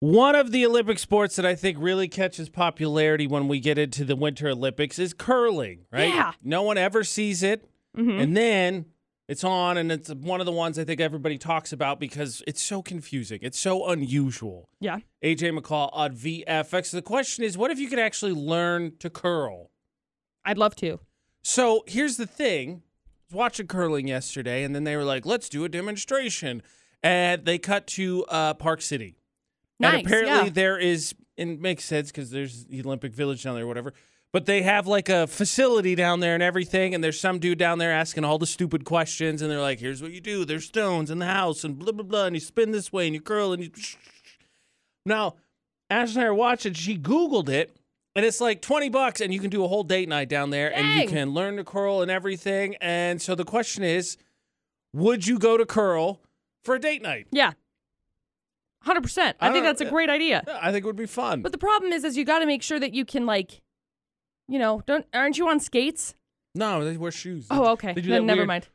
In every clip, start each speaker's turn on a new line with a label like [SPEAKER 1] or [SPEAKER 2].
[SPEAKER 1] One of the Olympic sports that I think really catches popularity when we get into the Winter Olympics is curling, right?
[SPEAKER 2] Yeah.
[SPEAKER 1] No one ever sees it.
[SPEAKER 2] Mhm.
[SPEAKER 1] And then it's on, and it's one of the ones I think everybody talks about because it's so confusing. It's so unusual.
[SPEAKER 2] Yeah.
[SPEAKER 1] AJ McCall on VFX. The question is what if you could actually learn to curl?
[SPEAKER 2] I'd love to.
[SPEAKER 1] So here's the thing. I was watching curling yesterday, and then they were like, let's do a demonstration. And they cut to uh, Park City.
[SPEAKER 2] Nice,
[SPEAKER 1] and apparently
[SPEAKER 2] yeah.
[SPEAKER 1] there is, and it makes sense because there's the Olympic Village down there or whatever, but they have like a facility down there and everything. And there's some dude down there asking all the stupid questions. And they're like, here's what you do there's stones in the house, and blah, blah, blah. And you spin this way, and you curl, and you. Now, Ash and I are watching. She Googled it, and it's like 20 bucks, and you can do a whole date night down there, and you
[SPEAKER 2] Dang.
[SPEAKER 1] can learn to curl and everything. And so the question is would you go to curl for a date night?
[SPEAKER 2] Yeah. 100%. I,
[SPEAKER 1] I
[SPEAKER 2] think
[SPEAKER 1] don't-
[SPEAKER 2] that's a great idea.
[SPEAKER 1] Yeah, I think it would be fun.
[SPEAKER 2] But the problem is is you got to make sure that you can like you know, don't aren't you on skates?
[SPEAKER 1] no, they wear shoes.
[SPEAKER 2] Oh, okay.
[SPEAKER 1] They do
[SPEAKER 2] Then
[SPEAKER 1] that
[SPEAKER 2] never
[SPEAKER 1] weird-
[SPEAKER 2] mind.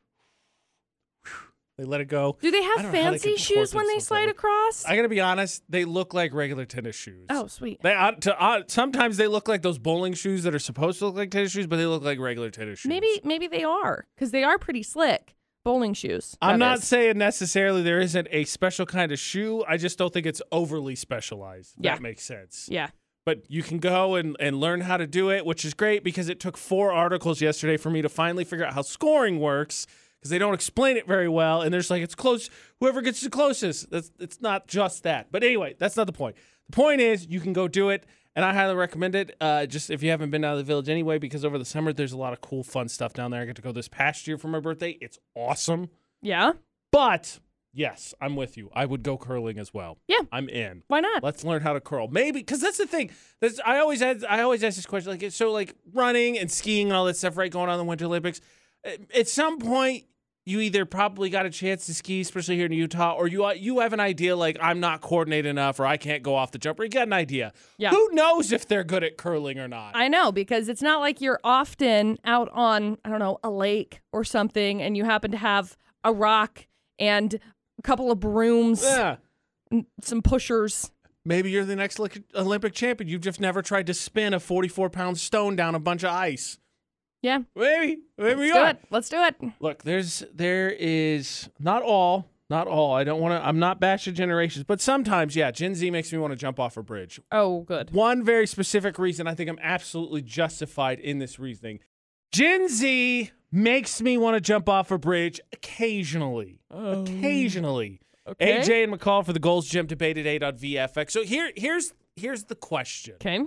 [SPEAKER 1] They let it go.
[SPEAKER 2] Do they
[SPEAKER 1] I
[SPEAKER 2] have
[SPEAKER 1] don't know how they
[SPEAKER 2] fancy
[SPEAKER 1] could
[SPEAKER 2] shoes
[SPEAKER 1] torque
[SPEAKER 2] when they
[SPEAKER 1] themselves that
[SPEAKER 2] slide
[SPEAKER 1] way.
[SPEAKER 2] across?
[SPEAKER 1] I gotta be honest, they look like regular tennis shoes.
[SPEAKER 2] oh, sweet.
[SPEAKER 1] They uh, to, uh, sometimes they look like those bowling shoes that are supposed to look like tennis shoes, but they look like regular tennis shoes.
[SPEAKER 2] Maybe maybe they are cuz they are pretty slick bowling shoes.
[SPEAKER 1] I'm
[SPEAKER 2] that
[SPEAKER 1] not
[SPEAKER 2] is.
[SPEAKER 1] saying necessarily there isn't a special kind of shoe. I just don't think it's overly specialized. if
[SPEAKER 2] Yeah.
[SPEAKER 1] That makes sense.
[SPEAKER 2] Yeah.
[SPEAKER 1] But you can go and, and learn how to do it, which is great because it took four articles yesterday for me to finally figure out how scoring works because they don't explain it very well. And there's like, it's close. Whoever gets the closest, that's, it's not just that. But anyway, that's not the point. The point is you can go do it. And I highly recommend it. Uh, just if you haven't been out of the village anyway, because over the summer there's a lot of cool, fun stuff down there. I got to go this past year for my birthday. It's awesome.
[SPEAKER 2] Yeah.
[SPEAKER 1] But yes, I'm with you. I would go curling as well.
[SPEAKER 2] Yeah.
[SPEAKER 1] I'm in.
[SPEAKER 2] Why not?
[SPEAKER 1] Let's learn how to curl. Maybe because that's the thing. That's, I always ask, I always ask this question. Like so, like running and skiing and all that stuff, right? Going on the Winter Olympics. At- At some point, you either probably got a chance to ski, especially here in Utah, or you uh, you have an idea like I'm not coordinated enough, or I can't go off the jump, or you got an idea.
[SPEAKER 2] Yeah.
[SPEAKER 1] Who knows if they're good at curling or not?
[SPEAKER 2] I know because it's not like you're often out on, I don't know, a lake or something and you happen to have a rock and a couple of brooms,
[SPEAKER 1] yeah.
[SPEAKER 2] some pushers.
[SPEAKER 1] Maybe you're the next Olympic- Olympic champion. You've just never tried to spin a 44 pound stone down a bunch of ice.
[SPEAKER 2] Yeah.
[SPEAKER 1] Maybe, maybe we
[SPEAKER 2] Let's do
[SPEAKER 1] are.
[SPEAKER 2] it. Let's do it.
[SPEAKER 1] Look, there's there is not all, not all. I don't want to. I'm not bashing generations, but sometimes, yeah, Gen Z makes me want to jump off a bridge.
[SPEAKER 2] Oh, good.
[SPEAKER 1] One very specific reason I think I'm absolutely justified in this reasoning. Gen Z makes me want to jump off a bridge occasionally. occasionally.
[SPEAKER 2] okay.
[SPEAKER 1] AJ and McCall for the Goals Gym debate at 8 on VFX. So here here's here's the question
[SPEAKER 2] Okay.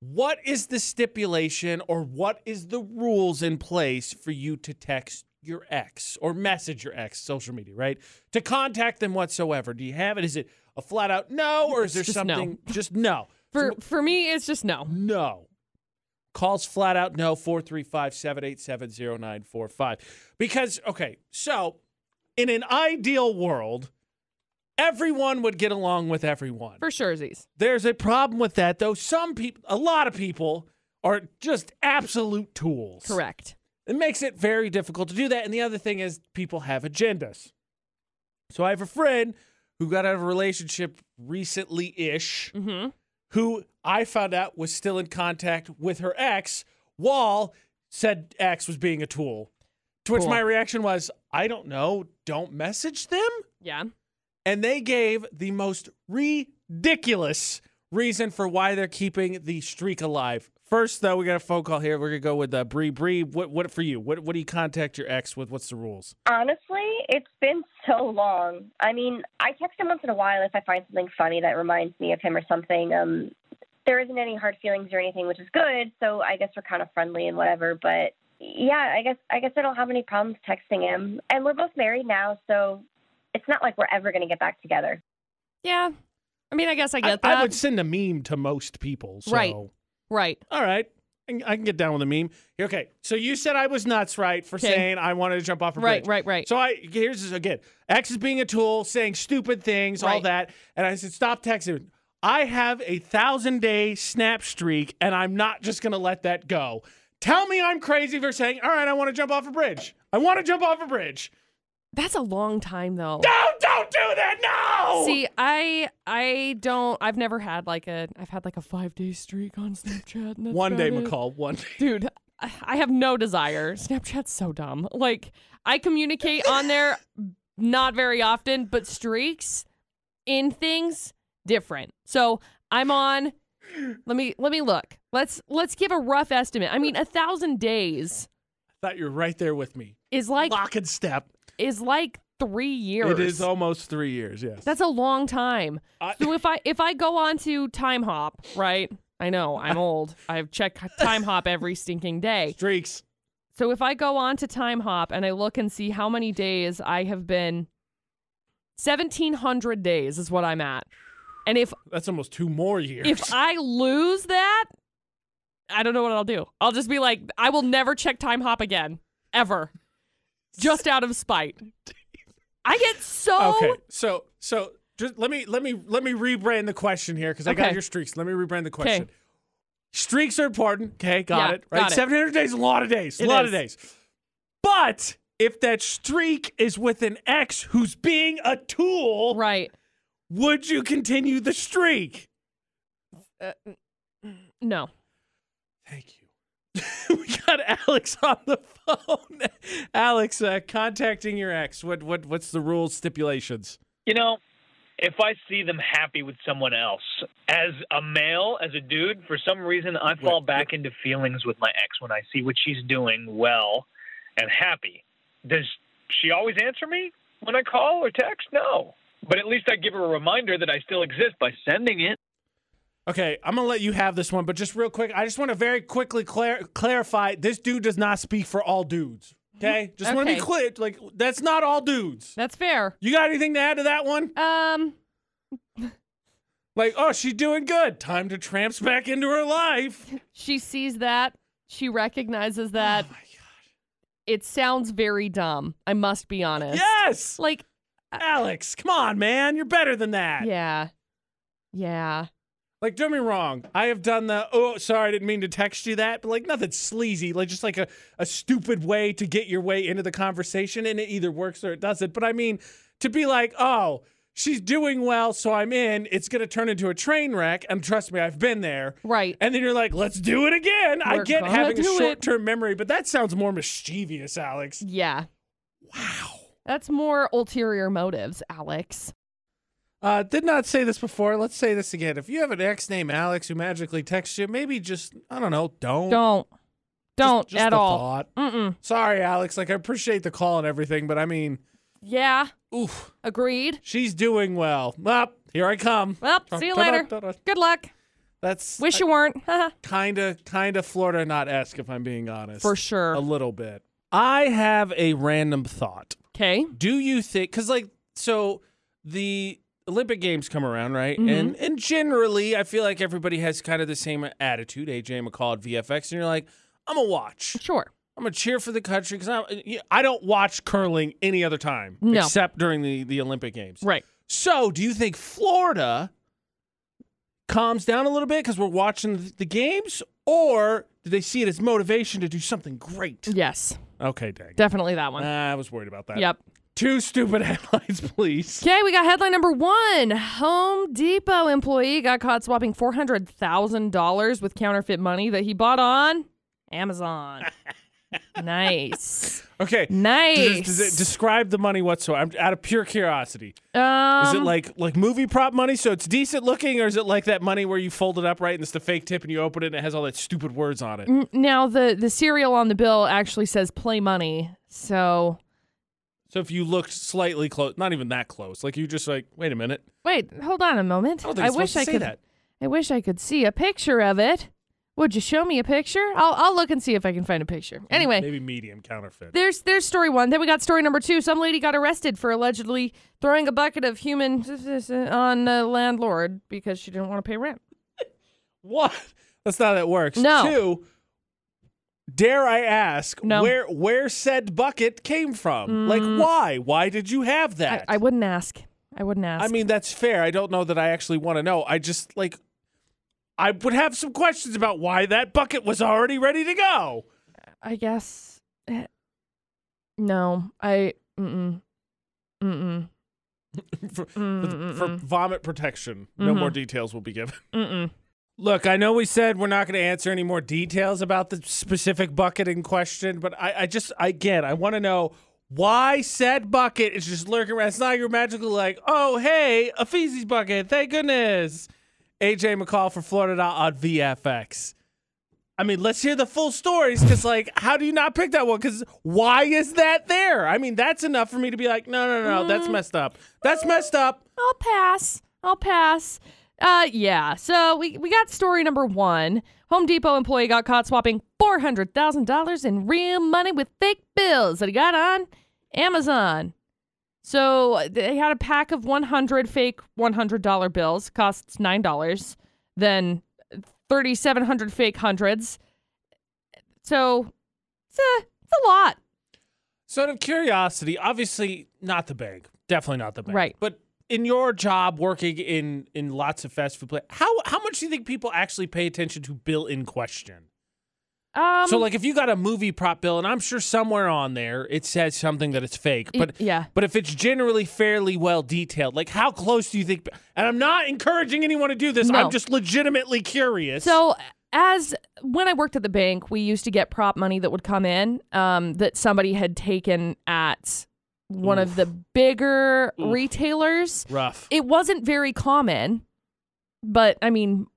[SPEAKER 1] what is the stipulation or what is the rules in place for you to text your ex or message your ex social media right to contact them whatsoever do you have it is it a flat out no or is there
[SPEAKER 2] Just no.
[SPEAKER 1] something just no
[SPEAKER 2] For for me, it's just no.
[SPEAKER 1] no calls flat out no 435-787-0945 because okay so in an ideal world everyone would get along with everyone
[SPEAKER 2] For sure, Z's.
[SPEAKER 1] there's a problem with that, though. Some people, a lot of people, are just absolute tools.
[SPEAKER 2] Correct.
[SPEAKER 1] It makes it very difficult to do that. And the other thing is, people have agendas. So I have a friend who got out of a relationship recently ish,
[SPEAKER 2] Mm-hmm.
[SPEAKER 1] who I found out was still in contact with her ex while said ex was being a tool. To which
[SPEAKER 2] Cool.
[SPEAKER 1] my reaction was, I don't know, don't message them
[SPEAKER 2] Yeah.
[SPEAKER 1] and they gave the most ridiculous reason for why they're keeping the streak alive. First, though, we got a phone call here. We're gonna go with uh, Bree. Bree, what what for you? What what do you contact your ex with? What's the rules?
[SPEAKER 3] Honestly, it's been so long. I mean, I text him once in a while if I find something funny that reminds me of him or something. Um, there isn't any hard feelings or anything, which is good. So I guess we're kind of friendly and whatever. But yeah, I guess I guess I don't have any problems texting him. And we're both married now, so it's not like we're ever going to get back together.
[SPEAKER 2] Yeah. I mean, I guess I get
[SPEAKER 1] I,
[SPEAKER 2] that.
[SPEAKER 1] would send a meme to most people. So.
[SPEAKER 2] Right. right.
[SPEAKER 1] All right. I can- I can get down with a meme. Okay. So you said I was nuts, right, for
[SPEAKER 2] Okay.
[SPEAKER 1] saying I wanted to jump off a
[SPEAKER 2] Right.
[SPEAKER 1] bridge.
[SPEAKER 2] Right. Right.
[SPEAKER 1] So I here's this again. X is being a tool, saying stupid things, all
[SPEAKER 2] Right.
[SPEAKER 1] that. And I said, stop texting. I have a thousand day snap streak, and I'm not just gonna let that go. Tell me I'm crazy for saying, all right, I want to jump off a bridge. I want to jump off a bridge.
[SPEAKER 2] That's a long time though.
[SPEAKER 1] No, don't do that. No.
[SPEAKER 2] See, I I don't. I've never had like a. I've had like a five day streak on Snapchat. and that's
[SPEAKER 1] one day,
[SPEAKER 2] about it.
[SPEAKER 1] McCall. One day.
[SPEAKER 2] dude. I I have no desire. Snapchat's so dumb. Like I communicate on there not very often, but streaks in things different. So I'm on. Let me let me look. Let's let's give a rough estimate. I mean, a thousand days
[SPEAKER 1] Thought you were right there with me.
[SPEAKER 2] is like
[SPEAKER 1] Lock and step.
[SPEAKER 2] is like three years.
[SPEAKER 1] It is almost three years. Yes.
[SPEAKER 2] That's a long time.
[SPEAKER 1] I-
[SPEAKER 2] So if I if I go on to Time Hop, right? I know I'm old. I've checked Time Hop every stinking day.
[SPEAKER 1] Streaks.
[SPEAKER 2] So if I go on to Time Hop and I look and see how many days I have been, seventeen hundred days is what I'm at. And if
[SPEAKER 1] That's almost two more years.
[SPEAKER 2] if I lose that, I don't know what I'll do. I'll just be like, I will never check Time Hop again, ever, just out of spite. I get so
[SPEAKER 1] Okay. So so just let me let me let me rebrand the question here because I got
[SPEAKER 2] Okay.
[SPEAKER 1] your streaks. Let me rebrand the question. Streaks are important. Okay, got
[SPEAKER 2] Yeah,
[SPEAKER 1] it. Right.
[SPEAKER 2] got it.
[SPEAKER 1] Seven hundred days, is a lot of days. A
[SPEAKER 2] It
[SPEAKER 1] lot
[SPEAKER 2] is.
[SPEAKER 1] of days. But if that streak is with an ex who's being a tool,
[SPEAKER 2] right.
[SPEAKER 1] would you continue the streak?
[SPEAKER 2] No.
[SPEAKER 1] Thank you. we got Alex on the phone. Alex, uh, contacting your ex. What what what's the rules stipulations?
[SPEAKER 4] You know, if I see them happy with someone else, as a male, as a dude, for some reason I fall
[SPEAKER 1] Wait,
[SPEAKER 4] back into feelings with my ex when I see what she's doing well and happy. Does she always answer me when I call or text? No. But at least I give her a reminder that I still exist by sending it.
[SPEAKER 1] Okay, I'm gonna let you have this one, but just real quick, I just want to very quickly clar- clarify: this dude does not speak for all dudes. Okay, just want to be
[SPEAKER 2] Mm-hmm. Okay.
[SPEAKER 1] clear. Like that's not all dudes.
[SPEAKER 2] That's fair.
[SPEAKER 1] You got anything to add to that one?
[SPEAKER 2] Um,
[SPEAKER 1] Like, oh, she's doing good. Time to tramps back into her life.
[SPEAKER 2] she sees that. She recognizes that.
[SPEAKER 1] oh my god.
[SPEAKER 2] It sounds very dumb. I must be honest.
[SPEAKER 1] Yes,
[SPEAKER 2] Like,
[SPEAKER 1] Alex, come on, man, you're better than that.
[SPEAKER 2] yeah. Yeah.
[SPEAKER 1] Like, don't get me wrong. I have done the, oh, sorry, I didn't mean to text you that, but like nothing sleazy, like just like a, a stupid way to get your way into the conversation. And it either works or it doesn't. But I mean, to be like, oh, she's doing well, so I'm in, it's going to turn into a train wreck. And trust me, I've been there.
[SPEAKER 2] Right.
[SPEAKER 1] And then you're like, let's do it again. I
[SPEAKER 2] We're
[SPEAKER 1] get
[SPEAKER 2] gonna
[SPEAKER 1] having a
[SPEAKER 2] do it.
[SPEAKER 1] short term memory, but that sounds more mischievous, Alex.
[SPEAKER 2] Yeah.
[SPEAKER 1] Wow.
[SPEAKER 2] That's more ulterior motives, Alex.
[SPEAKER 1] Uh, did not say this before. Let's say this again. If you have an ex named Alex who magically texts you, maybe just, I don't know, don't.
[SPEAKER 2] Don't.
[SPEAKER 1] Just-
[SPEAKER 2] Don't
[SPEAKER 1] just
[SPEAKER 2] at
[SPEAKER 1] the
[SPEAKER 2] all.
[SPEAKER 1] thought.
[SPEAKER 2] Mm-mm.
[SPEAKER 1] Sorry, Alex. Like I appreciate the call and everything, but I mean,
[SPEAKER 2] Yeah.
[SPEAKER 1] oof,
[SPEAKER 2] Agreed.
[SPEAKER 1] she's doing well. Up, here I come.
[SPEAKER 2] Well, see you later. Good luck.
[SPEAKER 1] That's
[SPEAKER 2] Wish you weren't.
[SPEAKER 1] kind of kind of Florida not esque if I'm being honest.
[SPEAKER 2] For sure.
[SPEAKER 1] a little bit. I have a random thought.
[SPEAKER 2] Okay.
[SPEAKER 1] Do you think? Because like, so the Olympic Games come around, right?
[SPEAKER 2] Mhm.
[SPEAKER 1] And and generally, I feel like everybody has kind of the same attitude. AJ McCall at VFX, and you're like, I'm a watch.
[SPEAKER 2] Sure.
[SPEAKER 1] I'm gonna cheer for the country because I don't watch curling any other time
[SPEAKER 2] No.
[SPEAKER 1] except during the, the Olympic Games.
[SPEAKER 2] Right.
[SPEAKER 1] So, do you think Florida calms down a little bit because we're watching th- the games, or do they see it as motivation to do something great?
[SPEAKER 2] Yes.
[SPEAKER 1] Okay, dang. it.
[SPEAKER 2] Definitely that one.
[SPEAKER 1] I was worried about that.
[SPEAKER 2] yep.
[SPEAKER 1] Two stupid headlines, please.
[SPEAKER 2] Okay, we got headline number one Home Depot employee got caught swapping $400,000 with counterfeit money that he bought on Amazon. nice.
[SPEAKER 1] Okay. Does,
[SPEAKER 2] Nice.
[SPEAKER 1] it- does it describe the money whatsoever? I'm out of pure curiosity.
[SPEAKER 2] um,
[SPEAKER 1] Is it like like movie prop money, so it's decent looking, or is it like that money where you fold it up right and it's the fake tip and you open it and it has all that stupid words on it?
[SPEAKER 2] n- now the, the serial on the bill actually says play money. So,
[SPEAKER 1] So if you looked slightly close, not even that close, like you just like, wait a minute,
[SPEAKER 2] wait, hold on a moment.
[SPEAKER 1] I don't think it's
[SPEAKER 2] wish I
[SPEAKER 1] supposed to say
[SPEAKER 2] could
[SPEAKER 1] that.
[SPEAKER 2] I wish I could see a picture of it. Would you show me a picture? I'll I'll look and see if I can find a picture. Anyway,
[SPEAKER 1] Mm, maybe medium counterfeit.
[SPEAKER 2] There's there's story one. Then we got story number two. Some lady got arrested for allegedly throwing a bucket of human on a landlord because she didn't want to pay rent.
[SPEAKER 1] What? That's not how that works.
[SPEAKER 2] No.
[SPEAKER 1] Two. Dare I ask
[SPEAKER 2] No. Mm.
[SPEAKER 1] where where said bucket came from? Like why? Why did you have
[SPEAKER 2] I,
[SPEAKER 1] that?
[SPEAKER 2] I wouldn't ask. I wouldn't ask.
[SPEAKER 1] I mean that's fair. I don't know that I actually want to know. I just like I would have some questions about why that bucket was already ready to go.
[SPEAKER 2] I guess eh, no. I mm-mm. Mm-mm.
[SPEAKER 1] for,
[SPEAKER 2] Mm-mm.
[SPEAKER 1] for vomit protection. No
[SPEAKER 2] Mhm.
[SPEAKER 1] more details will be given.
[SPEAKER 2] Mm-mm.
[SPEAKER 1] Look, I know we said we're not going to answer any more details about the specific bucket in question, but I, I just, I- again, I want to know why said bucket is just lurking around. It's not your magical, like, oh, hey, a feces bucket. Thank goodness. AJ McCall for Florida Dot on VFX. I mean, let's hear the full stories because, like, how do you not pick that one? Because why is that there? I mean, that's enough for me to be like, no, no, no, that's messed up. That's messed up.
[SPEAKER 2] I'll pass. I'll pass. Uh, yeah. So we, we got story number one. Home Depot employee got caught swapping four hundred thousand dollars in real money with fake bills that he got on Amazon. So they had a pack of one hundred fake one hundred dollar bills, costs nine dollars. Then thirty seven hundred fake hundreds. So it's a it's a lot.
[SPEAKER 1] So, out of curiosity, obviously not the bank, definitely not the bank,
[SPEAKER 2] Right.
[SPEAKER 1] But in your job, working in in lots of fast food places, how how much do you think people actually pay attention to bill in question?
[SPEAKER 2] Um,
[SPEAKER 1] so, like, if you got a movie prop bill, and I'm sure somewhere on there it says something that it's fake,
[SPEAKER 2] y-
[SPEAKER 1] but
[SPEAKER 2] yeah.
[SPEAKER 1] but if it's generally fairly well detailed, like, how close do you think? And I'm not encouraging anyone to do this.
[SPEAKER 2] No.
[SPEAKER 1] I'm just legitimately curious.
[SPEAKER 2] So as when I worked at the bank, we used to get prop money that would come in um, that somebody had taken at one of the bigger
[SPEAKER 1] Oof.
[SPEAKER 2] retailers.
[SPEAKER 1] rough.
[SPEAKER 2] It wasn't very common, but I mean,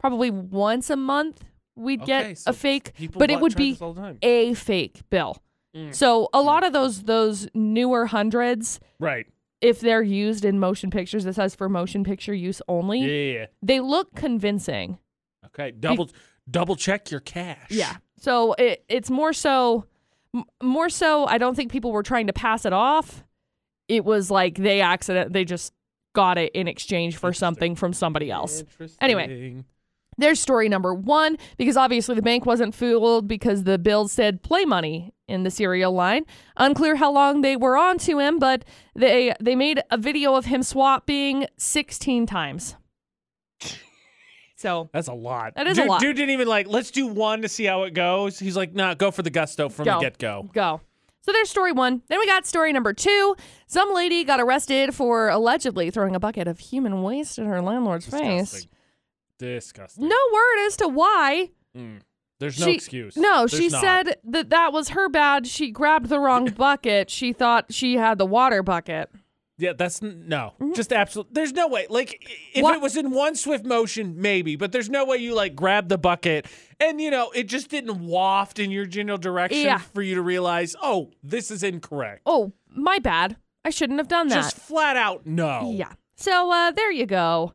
[SPEAKER 2] probably once a month we'd
[SPEAKER 1] Okay,
[SPEAKER 2] get
[SPEAKER 1] so
[SPEAKER 2] a fake,
[SPEAKER 1] People
[SPEAKER 2] but
[SPEAKER 1] bl-
[SPEAKER 2] it would
[SPEAKER 1] try
[SPEAKER 2] be
[SPEAKER 1] this all the time.
[SPEAKER 2] a fake bill.
[SPEAKER 1] Mm.
[SPEAKER 2] So a lot of those those newer hundreds,
[SPEAKER 1] right.
[SPEAKER 2] if they're used in motion pictures, this says for motion picture use only,
[SPEAKER 1] Yeah, yeah, yeah.
[SPEAKER 2] they look convincing.
[SPEAKER 1] Okay. Double double check your cash.
[SPEAKER 2] Yeah. So it it's more so m- more so I don't think people were trying to pass it off. It was like they accident they just got it in exchange for something from somebody else. Anyway. There's story number 1 because obviously the bank wasn't fooled because the bill said play money in the cereal line. Unclear how long they were on to him, but they they made a video of him swapping 16 times. So
[SPEAKER 1] That's a lot.
[SPEAKER 2] That is a
[SPEAKER 1] dude,
[SPEAKER 2] lot.
[SPEAKER 1] Dude didn't even like, let's do one to see how it goes. He's like, nah, go for the gusto from
[SPEAKER 2] Go.
[SPEAKER 1] the get go.
[SPEAKER 2] Go. So there's story one. Then we got story number two. Some lady got arrested for allegedly throwing a bucket of human waste in her landlord's face.
[SPEAKER 1] Disgusting. Disgusting.
[SPEAKER 2] No word as to why.
[SPEAKER 1] Mm. There's no
[SPEAKER 2] She-
[SPEAKER 1] excuse.
[SPEAKER 2] No,
[SPEAKER 1] There's
[SPEAKER 2] she
[SPEAKER 1] not.
[SPEAKER 2] said that that was her bad. She grabbed the wrong bucket. She thought she had the water bucket.
[SPEAKER 1] Yeah, that's n- no. Just absolute. There's no way. Like, i- if
[SPEAKER 2] Mm-hmm. What-
[SPEAKER 1] it was in one swift motion, maybe, but there's no way you like grab the bucket and, you know, it just didn't waft in your general direction
[SPEAKER 2] Yeah.
[SPEAKER 1] for you to realize, oh, this is incorrect.
[SPEAKER 2] Oh, my bad. I shouldn't have done that.
[SPEAKER 1] Just flat out no.
[SPEAKER 2] Yeah. So uh, there you go.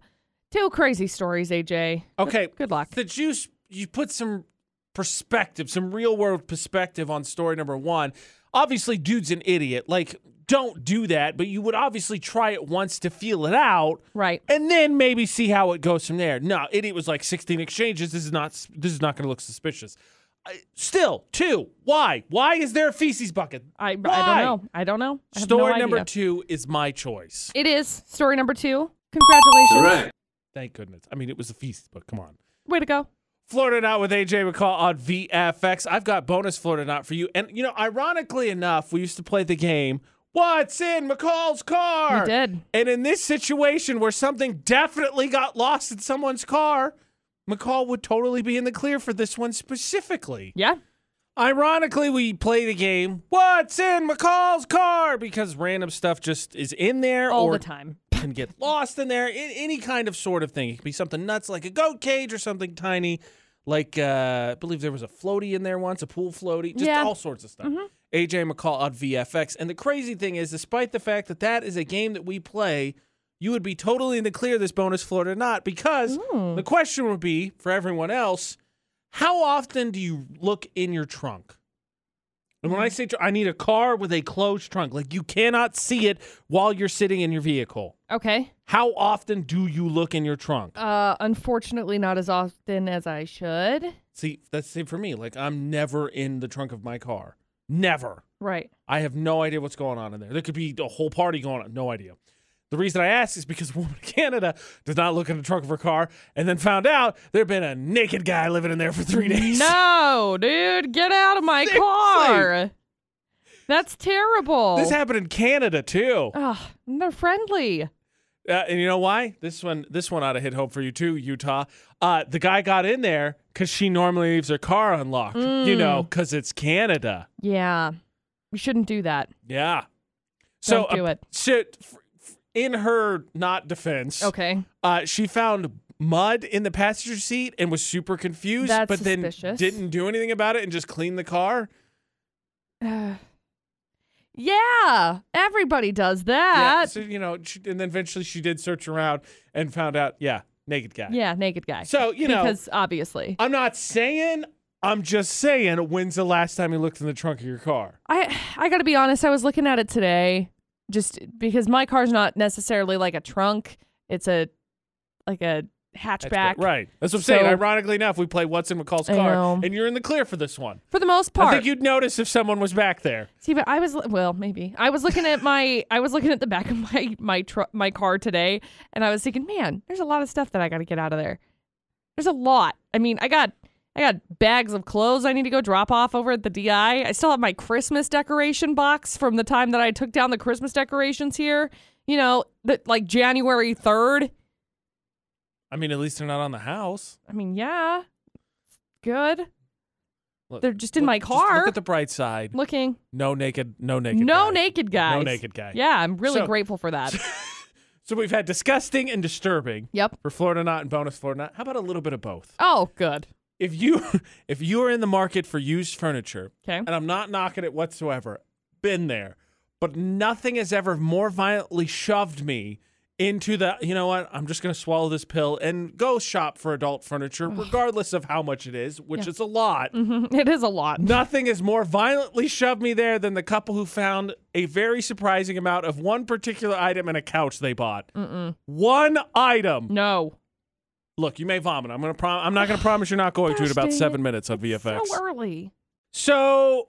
[SPEAKER 2] Two crazy stories, AJ.
[SPEAKER 1] Okay.
[SPEAKER 2] Good luck.
[SPEAKER 1] the juice you put some perspective some real world perspective on story number one obviously dude's an idiot like don't do that but you would obviously try it once to feel it out
[SPEAKER 2] Right.
[SPEAKER 1] and then maybe see how it goes from there no idiot was like 16 exchanges this is not this is not going to look suspicious I- still two why why is there a feces bucket
[SPEAKER 2] I, I don't
[SPEAKER 1] Why?
[SPEAKER 2] know. I don't know. I have no
[SPEAKER 1] story number
[SPEAKER 2] idea.
[SPEAKER 1] two is my choice
[SPEAKER 2] It is story number two. Congratulations.
[SPEAKER 1] thank goodness i mean it was a feces but come on
[SPEAKER 2] Way to go.
[SPEAKER 1] Florida Not with AJ McCall on VFX. I've got bonus Florida Not for you. And, you know, ironically enough, we used to play the game, What's in McCall's car?
[SPEAKER 2] We did.
[SPEAKER 1] And in this situation where something definitely got lost in someone's car, McCall would totally be in the clear for this one specifically.
[SPEAKER 2] Yeah.
[SPEAKER 1] Ironically, we play the game, What's in McCall's car? Because random stuff just is in there
[SPEAKER 2] All
[SPEAKER 1] or
[SPEAKER 2] the time.
[SPEAKER 1] can get lost in there. In any kind of sort of thing. It could be something nuts like a goat cage or something tiny like uh, I believe there was a floaty in there once, a pool floaty, just
[SPEAKER 2] Yeah.
[SPEAKER 1] all sorts of stuff. AJ McCall on VFX. And the crazy thing is, despite the fact that that is a game that we play, you would be totally in the clear this bonus floor or not because the question would be for everyone else, how often do you look in your trunk? And when I say tr- I need a car with a closed trunk, like you cannot see it while you're sitting in your vehicle.
[SPEAKER 2] Okay.
[SPEAKER 1] How often do you look in your trunk?
[SPEAKER 2] Uh unfortunately not as often as I should.
[SPEAKER 1] See, that's the same for me. Like I'm never in the trunk of my car. Never.
[SPEAKER 2] Right.
[SPEAKER 1] I have no idea what's going on in there. There could be a whole party going on. No idea. The reason I ask is because a woman in Canada did not look in the trunk of her car and then found out there'd been a naked guy living in there for three days.
[SPEAKER 2] No, dude, get out of my
[SPEAKER 1] Seriously.
[SPEAKER 2] car. That's terrible.
[SPEAKER 1] This happened in Canada too.
[SPEAKER 2] Ugh, and they're friendly.
[SPEAKER 1] Uh, and you know why? This one, this one ought to hit home for you too, Utah. Uh, the guy got in there because she normally leaves her car unlocked. You know, because it's Canada.
[SPEAKER 2] Yeah. We shouldn't do that.
[SPEAKER 1] Yeah. So,
[SPEAKER 2] Don't do
[SPEAKER 1] uh,
[SPEAKER 2] it.
[SPEAKER 1] so f- f- in her not defense,
[SPEAKER 2] Okay.
[SPEAKER 1] uh, she found mud in the passenger seat and was super confused,
[SPEAKER 2] That's
[SPEAKER 1] but then
[SPEAKER 2] suspicious.
[SPEAKER 1] didn't do anything about it and just cleaned the car.
[SPEAKER 2] Ugh. yeah. Everybody does
[SPEAKER 1] yeah.
[SPEAKER 2] that.
[SPEAKER 1] So, you know, she, and then eventually she did search around and found out, yeah, naked guy.
[SPEAKER 2] yeah, naked guy.
[SPEAKER 1] So, you know,
[SPEAKER 2] because obviously.
[SPEAKER 1] I'm not saying, I'm just saying, when's the last time you looked in the trunk of your car?
[SPEAKER 2] I I gotta be honest. I was looking at it today, just because my car's not necessarily like a trunk. It's a like a
[SPEAKER 1] That's
[SPEAKER 2] hatchback.
[SPEAKER 1] good. Right. That's what I'm saying.
[SPEAKER 2] So-
[SPEAKER 1] Ironically enough, we play What's in McCall's
[SPEAKER 2] I
[SPEAKER 1] car,
[SPEAKER 2] know.
[SPEAKER 1] and you're in the clear for this one.
[SPEAKER 2] For the most
[SPEAKER 1] I
[SPEAKER 2] part,
[SPEAKER 1] think you'd notice if someone was back there.
[SPEAKER 2] see, but I was well, maybe I was looking at my I was looking at the back of my my tru- my car today, and I was thinking, man, there's a lot of stuff that I gotta get out of there. There's a lot. I mean, I got I got bags of clothes I need to go drop off over at the DI. I still have my Christmas decoration box from the time that I took down the Christmas decorations here. You know, that like January third.
[SPEAKER 1] I mean, at least they're not on the house.
[SPEAKER 2] I mean, yeah, good.
[SPEAKER 1] Look-
[SPEAKER 2] They're just in
[SPEAKER 1] look-
[SPEAKER 2] my car.
[SPEAKER 1] look at the bright side.
[SPEAKER 2] Looking,
[SPEAKER 1] No naked. No naked.
[SPEAKER 2] no
[SPEAKER 1] guy.
[SPEAKER 2] naked guys.
[SPEAKER 1] No naked guy.
[SPEAKER 2] Yeah, I'm really
[SPEAKER 1] So-
[SPEAKER 2] grateful for that.
[SPEAKER 1] So we've had disgusting and disturbing
[SPEAKER 2] yep.
[SPEAKER 1] for Florida not and bonus Florida not. How about a little bit of both?
[SPEAKER 2] Oh, good.
[SPEAKER 1] If you if you are in the market for used furniture,
[SPEAKER 2] Okay.
[SPEAKER 1] and I'm not knocking it whatsoever. Been there, but nothing has ever more violently shoved me into the. You know what? I'm just going to swallow this pill and go shop for adult furniture, regardless of how much it is, which
[SPEAKER 2] Yeah.
[SPEAKER 1] is a lot.
[SPEAKER 2] Mhm. It is a lot.
[SPEAKER 1] Nothing has more violently shoved me there than the couple who found a very surprising amount of one particular item in a couch they bought.
[SPEAKER 2] Mm-mm.
[SPEAKER 1] One item.
[SPEAKER 2] No.
[SPEAKER 1] Look, you may vomit. I'm gonna. Prom- I'm not gonna promise you're not going to in
[SPEAKER 2] Gosh,
[SPEAKER 1] about
[SPEAKER 2] dang
[SPEAKER 1] seven
[SPEAKER 2] it.
[SPEAKER 1] minutes on VFX.
[SPEAKER 2] So early.
[SPEAKER 1] So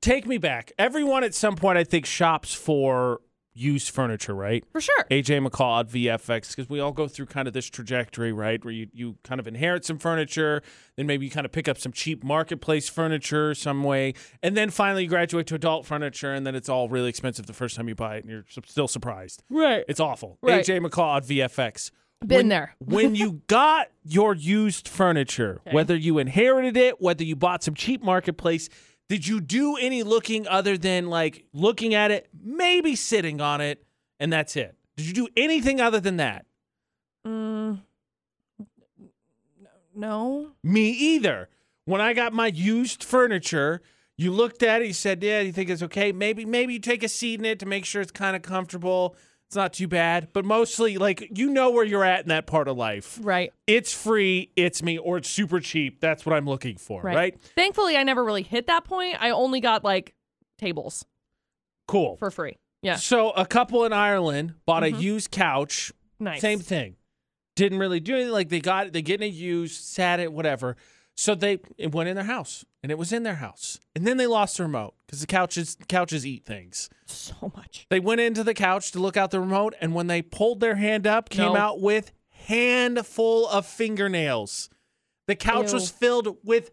[SPEAKER 1] take me back. Everyone at some point, I think, shops for used furniture, right?
[SPEAKER 2] For sure.
[SPEAKER 1] AJ McCall at VFX, because we all go through kind of this trajectory, right? Where you, you kind of inherit some furniture, then maybe you kind of pick up some cheap marketplace furniture some way, and then finally you graduate to adult furniture, and then it's all really expensive the first time you buy it, and you're su- still surprised.
[SPEAKER 2] Right.
[SPEAKER 1] It's awful.
[SPEAKER 2] Right.
[SPEAKER 1] AJ McCall at VFX.
[SPEAKER 2] Been
[SPEAKER 1] When-
[SPEAKER 2] there.
[SPEAKER 1] when you got your used furniture, whether you inherited it, whether you bought some cheap marketplace, did you do any looking other than like looking at it, maybe sitting on it, and that's it? Did you do anything other than that?
[SPEAKER 2] Mm. No.
[SPEAKER 1] Me either. When I got my used furniture, you looked at it, you said, Yeah, you think it's okay? Maybe, maybe you take a seat in it to make sure it's kind of comfortable. It's not too bad. But mostly, like, you know where you're at in that part of life.
[SPEAKER 2] Right.
[SPEAKER 1] It's free, it's me, or it's super cheap. That's what I'm looking for,
[SPEAKER 2] Right.
[SPEAKER 1] right?
[SPEAKER 2] Thankfully, I never really hit that point. I only got like tables
[SPEAKER 1] Cool.
[SPEAKER 2] for free. Yeah. Mm-hmm.
[SPEAKER 1] So a couple in Ireland bought a used couch.
[SPEAKER 2] Nice.
[SPEAKER 1] Same thing. Didn't really do anything. Like they got it, they get in a used, sat it, whatever. So they it went in their house and it was in their house. And then they lost the remote because the couches couches eat things.
[SPEAKER 2] So much.
[SPEAKER 1] They went into the couch to look out the remote, and when they pulled their hand up, came
[SPEAKER 2] No.
[SPEAKER 1] out with handful of fingernails. The couch
[SPEAKER 2] Ew.
[SPEAKER 1] was filled with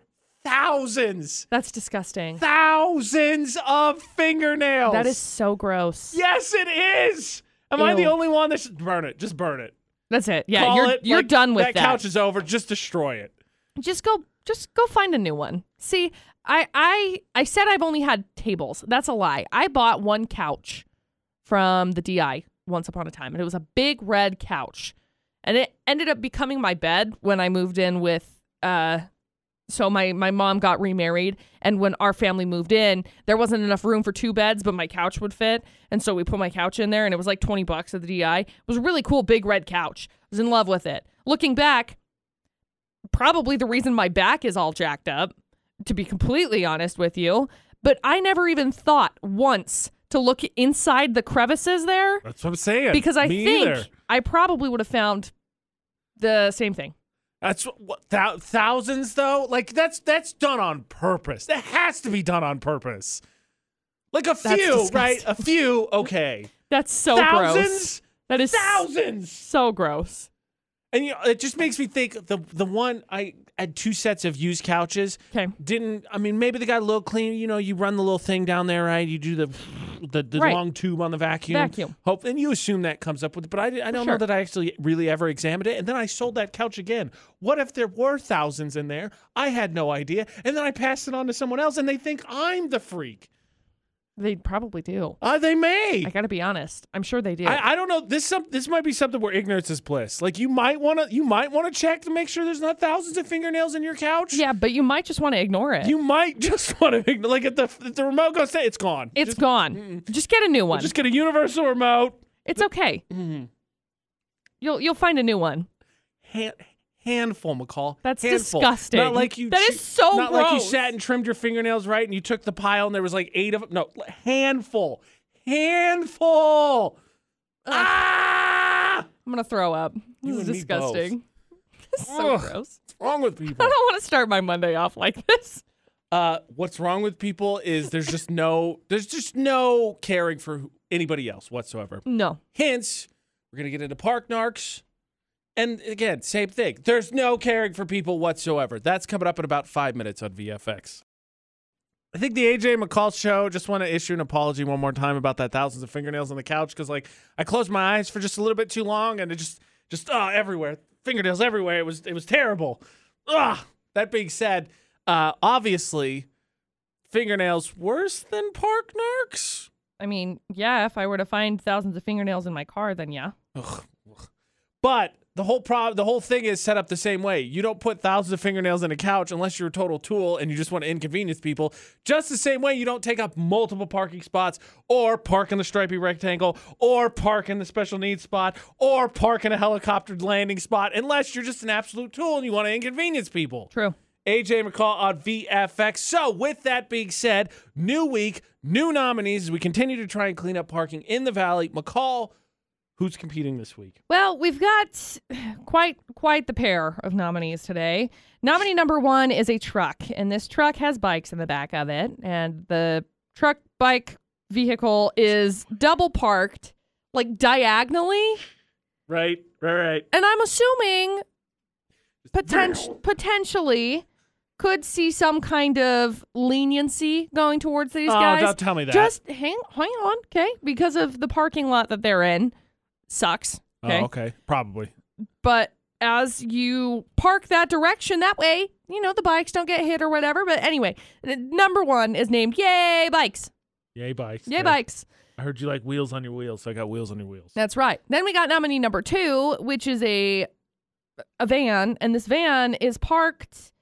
[SPEAKER 1] thousands,
[SPEAKER 2] That's disgusting.
[SPEAKER 1] thousands of fingernails.
[SPEAKER 2] That is so gross.
[SPEAKER 1] Yes, it is. Am I the
[SPEAKER 2] Ew.
[SPEAKER 1] only one that's burn it? Just burn it.
[SPEAKER 2] That's it. Yeah.
[SPEAKER 1] Call
[SPEAKER 2] you're
[SPEAKER 1] it.
[SPEAKER 2] you're
[SPEAKER 1] Like,
[SPEAKER 2] done with that.
[SPEAKER 1] That couch is over. Just destroy it.
[SPEAKER 2] just go just go find a new one see i i i said i've only had tables that's a lie i bought one couch from the di once upon a time and it was a big red couch and it ended up becoming my bed when i moved in with uh so my my mom got remarried and when our family moved in there wasn't enough room for two beds but my couch would fit and so we put my couch in there and it was like 20 bucks at the di it was a really cool big red couch i was in love with it looking back probably the reason my back is all jacked up, to be completely honest with you. But I never even thought once to look inside the crevices there
[SPEAKER 1] That's what I'm saying.
[SPEAKER 2] because I think I probably would have found the same thing.
[SPEAKER 1] that's what, thou- thousands though. Like that's that's done on purpose. That has to be done on purpose. Like a few, right? A few. Okay.
[SPEAKER 2] That's so gross.
[SPEAKER 1] thousands.
[SPEAKER 2] That is
[SPEAKER 1] Thousands.
[SPEAKER 2] so gross.
[SPEAKER 1] And you know, it just makes me think the the one I had two sets of used couches.
[SPEAKER 2] Okay.
[SPEAKER 1] Didn't I mean maybe they got a little clean, you know, you run the little thing down there, right? You do the the, the
[SPEAKER 2] Right.
[SPEAKER 1] long tube on the vacuum.
[SPEAKER 2] Vacuum.
[SPEAKER 1] Hope and you assume that comes up with it, but I, di- I don't know
[SPEAKER 2] Sure.
[SPEAKER 1] that I actually really ever examined it. And then I sold that couch again. What if there were thousands in there? I had no idea. And then I passed it on to someone else and they think I'm the freak.
[SPEAKER 2] They probably do.
[SPEAKER 1] Uh, they may.
[SPEAKER 2] I gotta be honest. I'm sure they do.
[SPEAKER 1] I, I don't know. This some this might be something where ignorance is bliss. Like you might want to you might want to check to make sure there's not thousands of fingernails in your couch.
[SPEAKER 2] yeah, but you might just want to ignore it.
[SPEAKER 1] You might just want to like if the if the remote goes dead, it's gone.
[SPEAKER 2] It's
[SPEAKER 1] just,
[SPEAKER 2] gone. Just get a new one.
[SPEAKER 1] just get a universal remote.
[SPEAKER 2] it's okay. You'll you'll find a new one.
[SPEAKER 1] Hand, handful, McCall.
[SPEAKER 2] That's
[SPEAKER 1] handful.
[SPEAKER 2] disgusting.
[SPEAKER 1] Not like you.
[SPEAKER 2] That
[SPEAKER 1] che-
[SPEAKER 2] is so
[SPEAKER 1] Not like you
[SPEAKER 2] gross.
[SPEAKER 1] sat and trimmed your fingernails right, and you took the pile, and there was like eight of them. No, handful, handful. Ah!
[SPEAKER 2] I'm gonna throw up. This
[SPEAKER 1] You
[SPEAKER 2] is
[SPEAKER 1] and me both.
[SPEAKER 2] disgusting. so
[SPEAKER 1] Ugh.
[SPEAKER 2] gross.
[SPEAKER 1] What's wrong with
[SPEAKER 2] I
[SPEAKER 1] people?
[SPEAKER 2] don't want to start my Monday off like this.
[SPEAKER 1] Uh, what's wrong with people is there's just no there's just no caring for who- anybody else whatsoever.
[SPEAKER 2] No.
[SPEAKER 1] Hence, we're gonna get into park narcs, and again, same thing. There's no caring for people whatsoever. That's coming up in about five minutes on VFX. I think the AJ McCall show just want to issue an apology one more time about that thousands of fingernails on the couch because like I closed my eyes for just a little bit too long and it just just ah everywhere fingernails everywhere. It was it was terrible. Ah. That being said, uh, obviously, fingernails worse than park narcs.
[SPEAKER 2] I mean, yeah, if I were to find thousands of fingernails in my car, then yeah.
[SPEAKER 1] Ugh. But the whole problem, the whole thing is set up the same way. You don't put thousands of fingernails in a couch unless you're a total tool and you just want to inconvenience people. Just the same way you don't take up multiple parking spots or park in the stripy rectangle or park in the special needs spot or park in a helicopter landing spot unless you're just an absolute tool and you want to inconvenience people.
[SPEAKER 2] True.
[SPEAKER 1] AJ McCall on VFX. So, with that being said, new week, new nominees as we continue to try and clean up parking in the valley. McCall, who's competing this week?
[SPEAKER 2] Well, we've got quite quite the pair of nominees today. Nominee number one is a truck, and this truck has bikes in the back of it, and the truck bike vehicle is double parked, like diagonally,
[SPEAKER 1] Right, right, right.
[SPEAKER 2] and I'm assuming poten- potentially could see some kind of leniency going towards these
[SPEAKER 1] Oh,
[SPEAKER 2] guys.
[SPEAKER 1] don't tell me that.
[SPEAKER 2] Just hang hang on, okay? Because of the parking lot that they're in, sucks. Okay
[SPEAKER 1] Oh, okay. Probably.
[SPEAKER 2] but as you park that direction that way you know the bikes don't get hit or whatever but anyway n- number one is named yay bikes
[SPEAKER 1] Yay, bikes.
[SPEAKER 2] yay
[SPEAKER 1] There.
[SPEAKER 2] bikes
[SPEAKER 1] I heard you like wheels on your wheels, so I got wheels on your wheels.
[SPEAKER 2] that's right then we got nominee number two which is a a van and this van is parked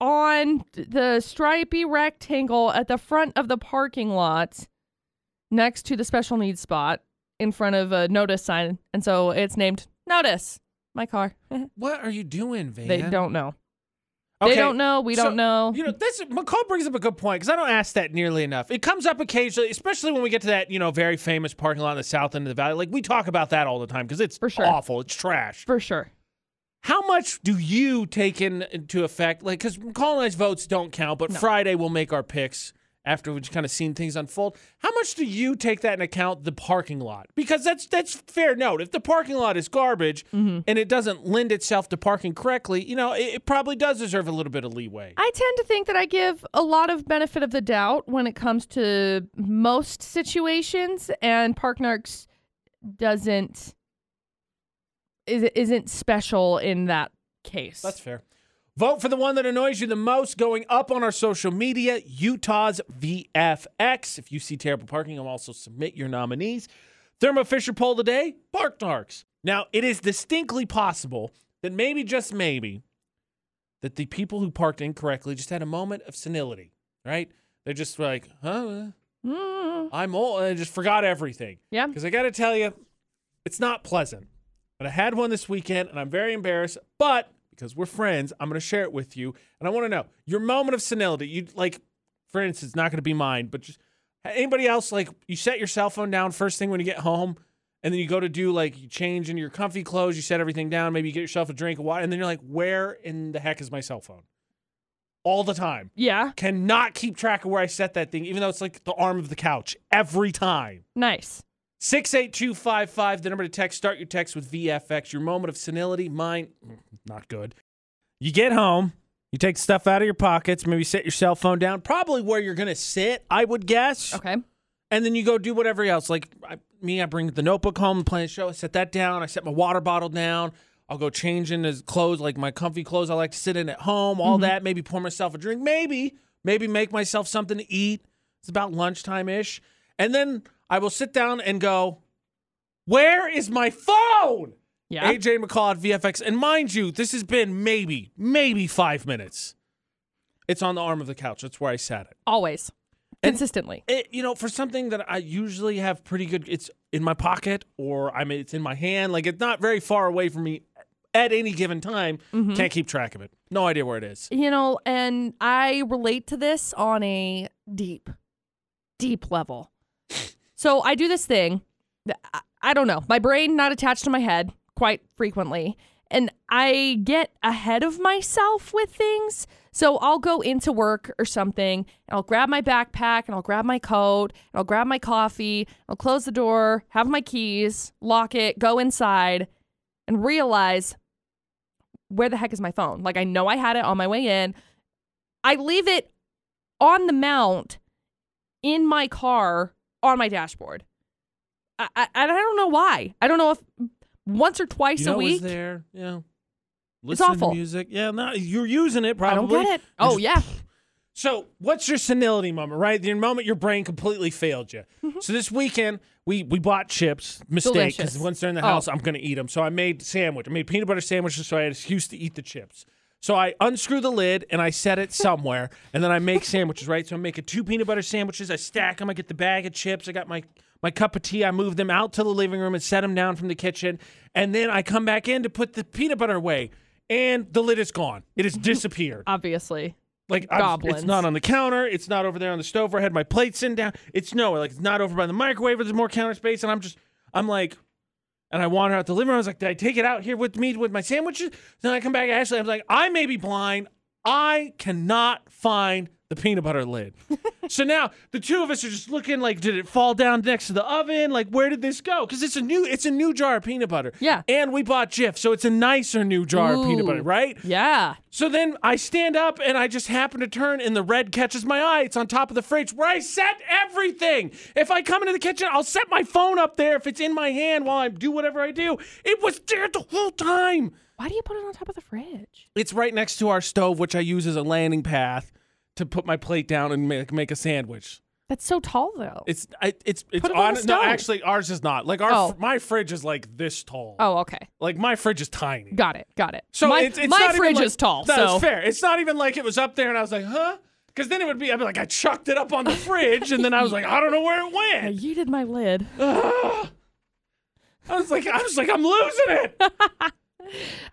[SPEAKER 2] on the stripy rectangle at the front of the parking lot next to the special needs spot in front of a notice sign and so it's named notice my car
[SPEAKER 1] What are you doing, Van?
[SPEAKER 2] they don't know They
[SPEAKER 1] Okay,
[SPEAKER 2] don't know. We
[SPEAKER 1] so-
[SPEAKER 2] don't know.
[SPEAKER 1] You know, this McCall brings up a good point because I don't ask that nearly enough. It comes up occasionally, especially when we get to that you know very famous parking lot in the south end of the valley. Like we talk about that all the time because it's
[SPEAKER 2] For sure.
[SPEAKER 1] awful, it's trash.
[SPEAKER 2] For sure.
[SPEAKER 1] How much do you take in, into effect? Like, because McCall and I's votes don't count, but Friday we'll make our picks after we've kind of seen things unfold. How much do you take that in account? The parking lot, because that's that's fair note. If the parking lot is garbage
[SPEAKER 2] Mm-hmm.
[SPEAKER 1] and it doesn't lend itself to parking correctly, you know, it, it probably does deserve a little bit of leeway.
[SPEAKER 2] I tend to think that I give a lot of benefit of the doubt when it comes to most situations, and Park Narks doesn't is, isn't special in that case.
[SPEAKER 1] That's fair. Vote for the one that annoys you the most going up on our social media, Utah's VFX. If you see terrible parking, I'll also submit your nominees. Thermo Fisher poll today, Park Narks. Now, it is distinctly possible that maybe, just maybe, that the people who parked incorrectly just had a moment of senility, right? They're just like, huh,
[SPEAKER 2] Mm,
[SPEAKER 1] I'm old. I just forgot everything.
[SPEAKER 2] yeah.
[SPEAKER 1] Because I got to tell you, it's not pleasant. But I had one this weekend and I'm very embarrassed. But because we're friends, I'm going to share it with you. And I want to know your moment of senility. You like, for instance, it's not going to be mine, but just anybody else, like, you set your cell phone down first thing when you get home. And then you go to do like you change into your comfy clothes, you set everything down, maybe you get yourself a drink of water, and then you're like, where in the heck is my cell phone? All the time.
[SPEAKER 2] Yeah.
[SPEAKER 1] Cannot keep track of where I set that thing, even though it's like the arm of the couch every time
[SPEAKER 2] Nice.
[SPEAKER 1] 68255, the number to text. Start your text with VFX. Your moment of senility, mine, mm, not good. You get home, you take stuff out of your pockets, maybe set your cell phone down, probably where you're going to sit, I would guess.
[SPEAKER 2] Okay.
[SPEAKER 1] And then you go do whatever else. Like I, me, I bring the notebook home, plan the show, I set that down, I set my water bottle down. I'll go change into clothes, like my comfy clothes I like to sit in at home, all that. Maybe pour myself a drink. Maybe, maybe make myself something to eat. It's about lunchtime ish. And then I will sit down and go, Where is my phone?
[SPEAKER 2] Yeah.
[SPEAKER 1] AJ McCall at VFX. And mind you, this has been maybe, maybe five minutes. It's on the arm of the couch. That's where I sat it.
[SPEAKER 2] Always.
[SPEAKER 1] And-
[SPEAKER 2] Consistently.
[SPEAKER 1] it. You know, for something that I usually have pretty good, it's in my pocket or I mean, it's in my hand. Like it's not very far away from me at any given time.
[SPEAKER 2] Mm-hmm.
[SPEAKER 1] Can't keep track of it. No idea where it is.
[SPEAKER 2] You know, and I relate to this on a deep, deep level. so I do this thing. that I- I don't know. My brain not attached to my head quite frequently. And I get ahead of myself with things. So I'll go into work or something, and I'll grab my backpack, and I'll grab my coat, and I'll grab my coffee, I'll close the door, have my keys, lock it, go inside, and realize where the heck is my phone? Like I know I had it on my way in. I leave it on the mount in my car on my dashboard. I I, I don't know why. I don't know if once or twice
[SPEAKER 1] you
[SPEAKER 2] a
[SPEAKER 1] know it was
[SPEAKER 2] week.
[SPEAKER 1] there. Yeah.
[SPEAKER 2] It's
[SPEAKER 1] Listen
[SPEAKER 2] awful.
[SPEAKER 1] to music. Yeah, no, you're using it
[SPEAKER 2] I
[SPEAKER 1] probably.
[SPEAKER 2] don't get it. Oh
[SPEAKER 1] just-
[SPEAKER 2] yeah.
[SPEAKER 1] So, what's your senility moment, right? The moment your brain completely failed you. So, this weekend, we, we bought chips, mistake, because
[SPEAKER 2] Mm-hmm. Delicious.
[SPEAKER 1] once they're in the
[SPEAKER 2] Oh.
[SPEAKER 1] house, I'm going to eat them. So, I made sandwich. I made peanut butter sandwiches, so I had an excuse to eat the chips. So, I unscrew the lid and I set it somewhere, and then I make sandwiches, right? So, I'm making two peanut butter sandwiches. I stack them. I get the bag of chips. I got my, my cup of tea. I move them out to the living room and set them down from the kitchen. And then I come back in to put the peanut butter away, and the lid is gone. It has disappeared.
[SPEAKER 2] Obviously.
[SPEAKER 1] Like I'm- it's
[SPEAKER 2] Goblins.
[SPEAKER 1] not on the counter. It's not over there on the stove where I had my plates in down. It's nowhere. Like it's not over by the microwave. Where there's more counter space, and I'm just I'm like, and I wander out the living room. I was like, did I take it out here with me with my sandwiches? Then I come back. Actually, I'm like, I may be blind. I cannot find the peanut butter lid. so now the two of us are just looking like, did it fall down next to the oven? Like, where did this go? Because it's a new it's a new jar of peanut butter.
[SPEAKER 2] Yeah.
[SPEAKER 1] And we bought Jif, so it's a nicer new jar of peanut
[SPEAKER 2] Ooh.
[SPEAKER 1] butter, right?
[SPEAKER 2] Yeah.
[SPEAKER 1] So then I stand up and I just happen to turn and the red catches my eye. It's on top of the fridge where I set everything. If I come into the kitchen, I'll set my phone up there if it's in my hand while I do whatever I do. It was there the whole time.
[SPEAKER 2] Why do you put it on top of the fridge?
[SPEAKER 1] It's right next to our stove, which I use as a landing path to put my plate down and make, make a sandwich.
[SPEAKER 2] That's so tall though.
[SPEAKER 1] It's I, it's it's
[SPEAKER 2] Put it on the
[SPEAKER 1] no
[SPEAKER 2] stove.
[SPEAKER 1] actually ours is not. Like our
[SPEAKER 2] Oh.
[SPEAKER 1] fr- my fridge is like this tall.
[SPEAKER 2] oh, okay.
[SPEAKER 1] Like my fridge is tiny.
[SPEAKER 2] Got it. Got it.
[SPEAKER 1] So
[SPEAKER 2] my,
[SPEAKER 1] it's, it's
[SPEAKER 2] my
[SPEAKER 1] not even
[SPEAKER 2] fridge
[SPEAKER 1] like-
[SPEAKER 2] is tall.
[SPEAKER 1] That's
[SPEAKER 2] so
[SPEAKER 1] fair. It's not even like it was up there and I was like, huh? Because then it would be, I'd be like, I chucked it up on the fridge and then I was like, I don't know where it
[SPEAKER 2] I
[SPEAKER 1] went.
[SPEAKER 2] yeeted my lid.
[SPEAKER 1] Ugh. I was like, I was like, I'm losing it.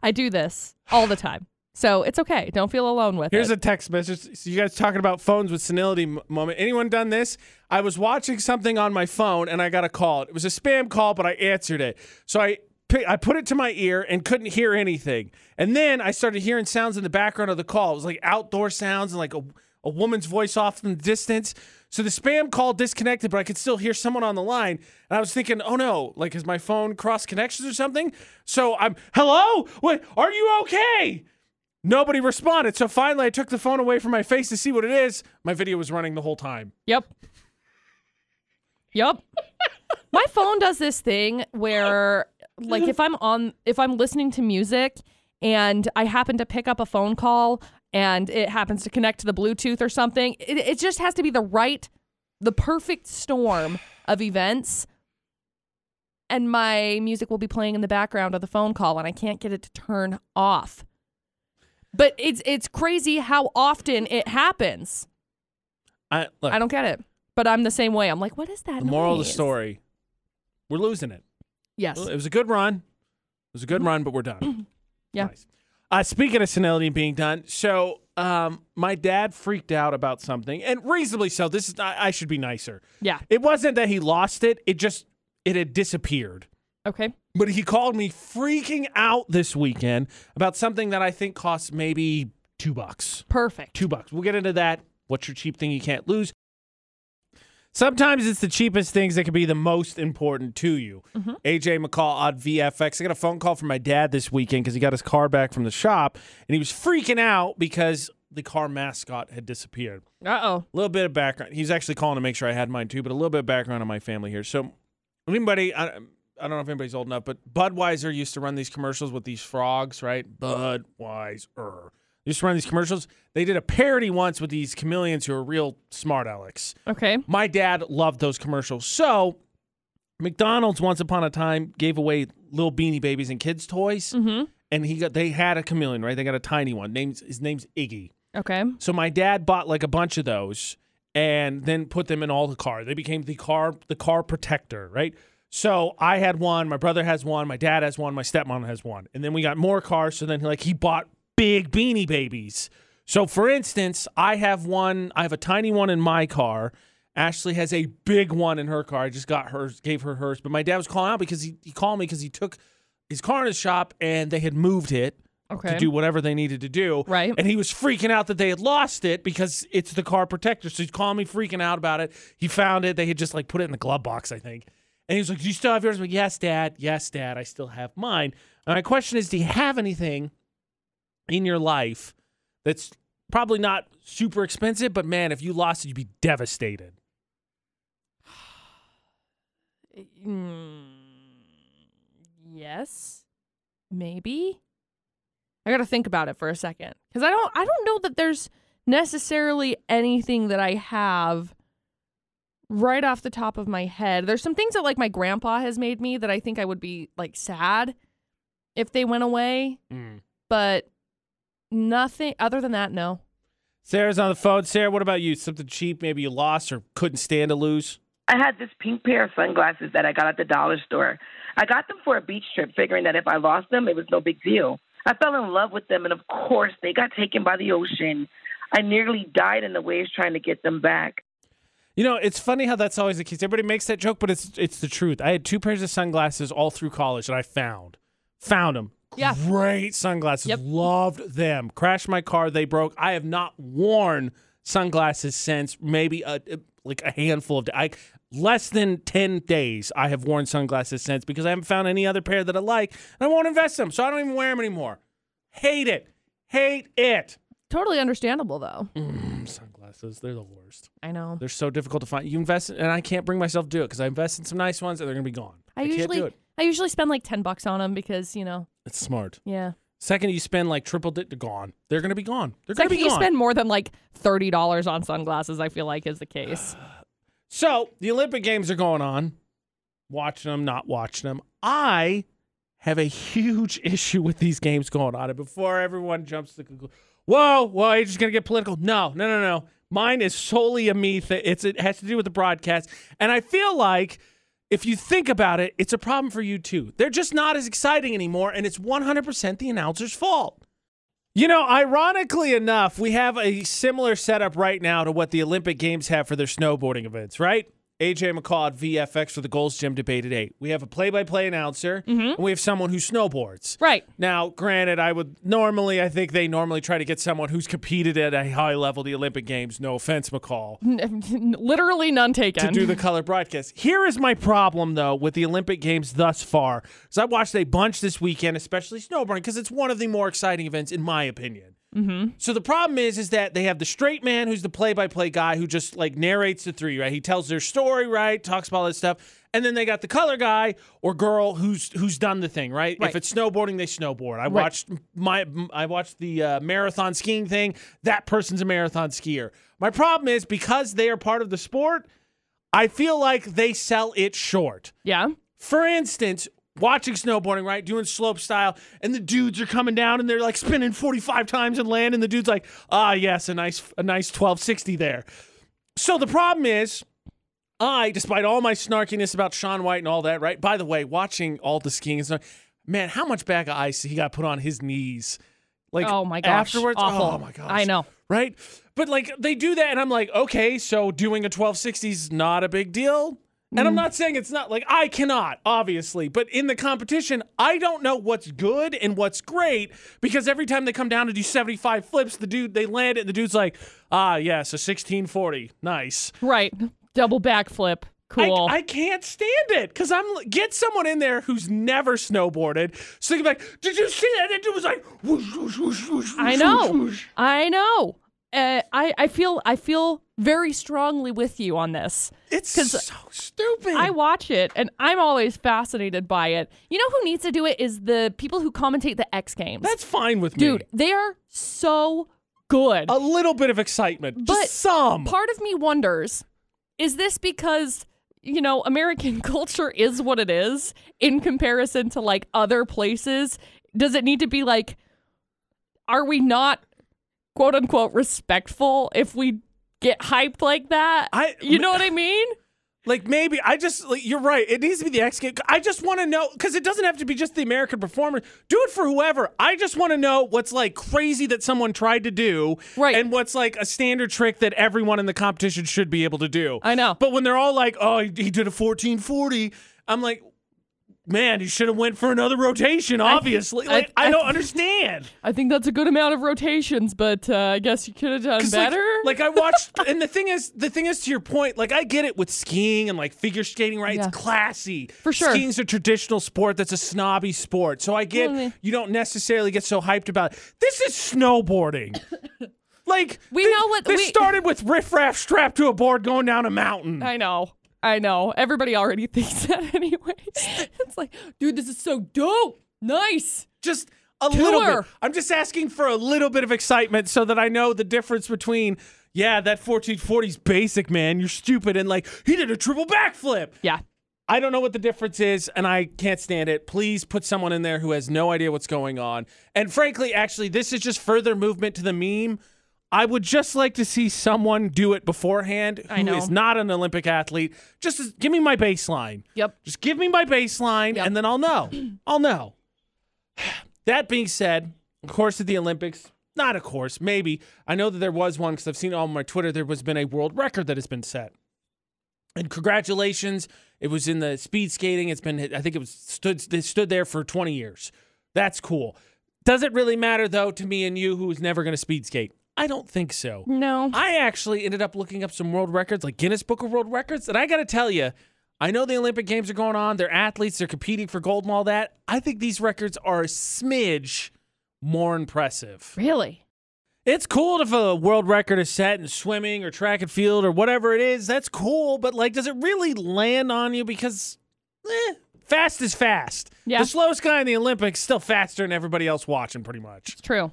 [SPEAKER 2] I do this all the time. So it's okay. Don't feel alone with
[SPEAKER 1] Here's
[SPEAKER 2] it.
[SPEAKER 1] a text message. So you guys talking about phones with senility m- moment. Anyone done this? I was watching something on my phone and I got a call. It was a spam call, but I answered it. So I pi- I put it to my ear and couldn't hear anything. And then I started hearing sounds in the background of the call. It was like outdoor sounds and like a, a woman's voice off in the distance. So the spam call disconnected, but I could still hear someone on the line. And I was thinking, oh no, like is my phone cross connections or something? So I'm, hello? What, are you okay? Nobody responded. So finally, I took the phone away from my face to see what it is. My video was running the whole time.
[SPEAKER 2] Yep. Yep. My phone does this thing where like if I'm on if I'm listening to music and I happen to pick up a phone call and it happens to connect to the Bluetooth or something, it, it just has to be the right the perfect storm of events. And my music will be playing in the background of the phone call and I can't get it to turn off. But it's it's crazy how often it happens.
[SPEAKER 1] I, look,
[SPEAKER 2] I don't get it. But I'm the same way. I'm like, what is that?
[SPEAKER 1] the moral of the
[SPEAKER 2] noise?
[SPEAKER 1] story we're losing it.
[SPEAKER 2] Yes. Mm-hmm.
[SPEAKER 1] It was a good run. It was a good run, but we're done.
[SPEAKER 2] Yeah.
[SPEAKER 1] Nice. Uh, speaking of senility being done, so um, my dad freaked out about something, and reasonably so. This is I, I should be nicer.
[SPEAKER 2] Yeah.
[SPEAKER 1] It wasn't that he lost it; it just it had disappeared.
[SPEAKER 2] Okay.
[SPEAKER 1] But he called me freaking out this weekend about something that I think costs maybe two bucks.
[SPEAKER 2] Perfect.
[SPEAKER 1] two bucks. We'll get into that. What's your cheap thing you can't lose? Sometimes it's the cheapest things that can be the most important to you.
[SPEAKER 2] Mhm.
[SPEAKER 1] AJ McCall on VFX. I got a phone call from my dad this weekend because he got his car back from the shop and he was freaking out because the car mascot had disappeared.
[SPEAKER 2] Uh oh.
[SPEAKER 1] A little bit of background. He's actually calling to make sure I had mine too, but a little bit of background on my family here. So, anybody, I, I don't know if anybody's old enough, but Budweiser used to run these commercials with these frogs, right? Budweiser. They used to run these commercials. They did a parody once with these chameleons who are real smart Alex.
[SPEAKER 2] Okay.
[SPEAKER 1] My dad loved those commercials. So, McDonald's once upon a time gave away little beanie babies and kids' toys,
[SPEAKER 2] Mm
[SPEAKER 1] and he got they had a chameleon, right? They got a tiny one. Names his name's Iggy.
[SPEAKER 2] hmm. Okay.
[SPEAKER 1] So my dad bought like a bunch of those and then put them in all the car. They became the car the car protector, right? So I had one, my brother has one, my dad has one, my stepmom has one. And then we got more cars, so then like he bought big beanie babies. So for instance, I have one, I have a tiny one in my car. Ashley has a big one in her car. I just got hers, gave her hers. But my dad was calling out because he, he called me because he took his car in his shop and they had moved it
[SPEAKER 2] Okay.
[SPEAKER 1] to do whatever they needed to do.
[SPEAKER 2] Right.
[SPEAKER 1] And he was freaking out that they had lost it because it's the car protector. So he's calling me freaking out about it. He found it. They had just like put it in the glove box, I think. And he was like, Do you still have yours? I'm like, Yes, Dad. Yes, Dad. I still have mine. And my question is, do you have anything in your life that's probably not super expensive, but man, if you lost it, you'd be devastated.
[SPEAKER 2] Mm, yes. Maybe. I got to think about it for a second cuz I don't I don't know that there's necessarily anything that I have right off the top of my head. There's some things that like my grandpa has made me that I think I would be like sad if they went away, but nothing other than that no.
[SPEAKER 1] Sarah's on the phone. Sarah, what about you? Something cheap, maybe you lost or couldn't stand to lose?
[SPEAKER 5] I had this pink pair of sunglasses that I got at the dollar store. I got them for a beach trip, figuring that if I lost them, it was no big deal. I fell in love with them, and of course, they got taken by the ocean. I nearly died in the waves trying to get them back.
[SPEAKER 1] You know, it's funny how that's always the case. Everybody makes that joke, but it's it's the truth. I had two pairs of sunglasses all through college that I found. Found them.
[SPEAKER 2] Yeah.
[SPEAKER 1] Great sunglasses.
[SPEAKER 2] Yep.
[SPEAKER 1] Loved them. Crashed my car, they broke. I have not worn sunglasses since maybe a like a handful of I less than 10 days I have worn sunglasses since because I haven't found any other pair that I like and I won't invest in them. So I don't even wear them anymore. Hate it. Hate it.
[SPEAKER 2] Totally understandable though.
[SPEAKER 1] Mm, sunglasses, they're the worst.
[SPEAKER 2] I know.
[SPEAKER 1] They're so difficult to find. You invest, in, and I can't bring myself to do it because I invest in some nice ones and they're gonna be gone.
[SPEAKER 2] I,
[SPEAKER 1] can't
[SPEAKER 2] usually
[SPEAKER 1] do it.
[SPEAKER 2] I usually spend like 10 bucks on them because, you know,
[SPEAKER 1] It's smart.
[SPEAKER 2] yeah.
[SPEAKER 1] Second, you spend like triple di they're gone. They're gonna be gone. They're
[SPEAKER 2] Second,
[SPEAKER 1] gonna be
[SPEAKER 2] you
[SPEAKER 1] gone.
[SPEAKER 2] spend more than like thirty dollars on sunglasses. I feel like is the case.
[SPEAKER 1] so the Olympic Games are going on. Watching them, not watching them. I have a huge issue with these games going on. And before everyone jumps to the conclusion, whoa, whoa, you're just gonna get political. No, no, no, no. Mine is solely a me. Th- it's it has to do with the broadcast, and I feel like if you think about it, it's a problem for you too. They're just not as exciting anymore, and it's 100% the announcer's fault. You know, ironically enough, we have a similar setup right now to what the Olympic Games have for their snowboarding events, right? AJ McCall at VFX for the Goals Gym debate at 8. We have a play by play announcer, and we have someone who snowboards.
[SPEAKER 2] Right.
[SPEAKER 1] Now, granted, I would normally, I think they normally try to get someone who's competed at a high level, the Olympic Games. No offense, McCall
[SPEAKER 2] Literally none taken.
[SPEAKER 1] to do the color broadcast. Here is my problem though with the Olympic Games thus far. Because I watched a bunch this weekend, especially snowboarding, because it's one of the more exciting events in my opinion. Mm-hmm. So the problem is, is that they have the straight man who's the play-by-play guy who just like narrates the three, right? He tells their story, right? Talks about all this stuff, and then they got the color guy or girl who's who's done the thing, right? If
[SPEAKER 2] Right.
[SPEAKER 1] it's snowboarding, they snowboard. I watched my I watched the uh, marathon skiing thing. That person's a marathon skier. My problem is because they are part of the sport, I feel like they sell it short.
[SPEAKER 2] yeah.
[SPEAKER 1] For instance, watching snowboarding, right? Doing slope style, and the dudes are coming down and they're like spinning 45 times and land, and the dude's like, ah, yes, a nice, a nice 1260 there. So the problem is, I, despite all my snarkiness about Sean White and all that, right? By the way, watching all the skiing and stuff, man, how much bag of ice he got put on his knees. Like
[SPEAKER 2] Oh my gosh.
[SPEAKER 1] afterwards.
[SPEAKER 2] Awful.
[SPEAKER 1] Oh my gosh.
[SPEAKER 2] I know.
[SPEAKER 1] Right? But like they do that and I'm like, okay, so doing a 1260 is not a big deal. And
[SPEAKER 2] Mm.
[SPEAKER 1] I'm not saying it's not like I cannot, obviously, but in the competition, I don't know what's good and what's great because every time they come down to do 75 flips, the dude they land it and the dude's like, ah yes, a 1640. Nice.
[SPEAKER 2] Right. Double backflip.
[SPEAKER 1] I-
[SPEAKER 2] Cool.
[SPEAKER 1] I, can't stand it because I'm get someone in there who's never snowboarded. So they can be like, did you see that? That dude was like, whoosh, whoosh, whoosh, whoosh,
[SPEAKER 2] I
[SPEAKER 1] whoosh,
[SPEAKER 2] know.
[SPEAKER 1] whoosh,
[SPEAKER 2] I know. Uh, I I feel I feel very strongly with you on this.
[SPEAKER 1] whoosh." It's
[SPEAKER 2] 'Cause
[SPEAKER 1] so stupid.
[SPEAKER 2] I watch it and I'm always fascinated by it. You know who needs to do it is the people who commentate the X Games.
[SPEAKER 1] That's fine with me. Oh.
[SPEAKER 2] Dude, they are so good.
[SPEAKER 1] a little bit of excitement,
[SPEAKER 2] But
[SPEAKER 1] just some.
[SPEAKER 2] Part of me wonders is this because you know American culture is what it is in comparison to like other places? Does it need to be like are we not quote unquote respectful if we get hyped like that?
[SPEAKER 1] I-
[SPEAKER 2] you know what I mean?
[SPEAKER 1] Like maybe I just like, you're right. It needs to be the X game. I just want to know because it doesn't have to be just the American performers. Do it for whoever. I just want to know what's like crazy that someone tried to do,
[SPEAKER 2] Right.
[SPEAKER 1] And what's like a standard trick that everyone in the competition should be able to do.
[SPEAKER 2] I know.
[SPEAKER 1] But when they're all like, "Oh, he he did a 1440," I'm like, "Man, he should have went for another rotation." Obviously,
[SPEAKER 2] I-
[SPEAKER 1] like I,
[SPEAKER 2] I-
[SPEAKER 1] don't understand.
[SPEAKER 2] I think that's a good amount of rotations, but uh, I guess you could have done
[SPEAKER 1] 'Cause,
[SPEAKER 2] better.
[SPEAKER 1] Like, like I watched, and the thing is, the thing is, to your point, like I get it with skiing and like figure skating, right?
[SPEAKER 2] Yeah.
[SPEAKER 1] It's classy
[SPEAKER 2] For sure.
[SPEAKER 1] Skiing's a traditional sport that's a snobby sport, so I get
[SPEAKER 2] Mm.
[SPEAKER 1] you don't necessarily get so hyped about. It. This is snowboarding. Like
[SPEAKER 2] We know what-
[SPEAKER 1] this
[SPEAKER 2] we-
[SPEAKER 1] started with riffraff strapped to a board going down a mountain.
[SPEAKER 2] I know. I know. Everybody already thinks that anyway. it's like, dude, this is so dope. Nice.
[SPEAKER 1] just a
[SPEAKER 2] Killer.
[SPEAKER 1] little bit. I'm just asking for a little bit of excitement so that I know the difference between yeah, that 1440's basic man, you're stupid, and like he did a triple backflip.
[SPEAKER 2] Yeah.
[SPEAKER 1] I don't know what the difference is, and I can't stand it. Please put someone in there who has no idea what's going on. And frankly, actually, this is just further movement to the meme. I would just like to see someone do it beforehand who is
[SPEAKER 2] I know.
[SPEAKER 1] not an Olympic athlete. Just as, give me my baseline.
[SPEAKER 2] Yep.
[SPEAKER 1] Just give me my baseline,
[SPEAKER 2] Yep.
[SPEAKER 1] and then I'll know. I'll know. That being said, of course, at the Olympics, not of course, maybe. I know that there was one because I've seen it on my Twitter. There has been a world record that has been set. And congratulations, it was in the speed skating. It's been, I think it was stood, they stood there for 20 years. That's cool. Does it really matter though to me and you who is never going to speed skate? I don't think so.
[SPEAKER 2] No.
[SPEAKER 1] I actually ended up looking up some world records, like Guinness Book of World Records, and I got to tell you, I know the Olympic Games are going on. They're athletes, they're competing for gold and all that. I think these records are a smidge more impressive.
[SPEAKER 2] Really?
[SPEAKER 1] It's cool if a world record is set in swimming or track and field or whatever it is. That's cool, but like, does it really land on you? Because, eh, fast is fast.
[SPEAKER 2] Yeah.
[SPEAKER 1] The slowest guy in the Olympics is still faster than everybody else watching, pretty much.
[SPEAKER 2] It's true.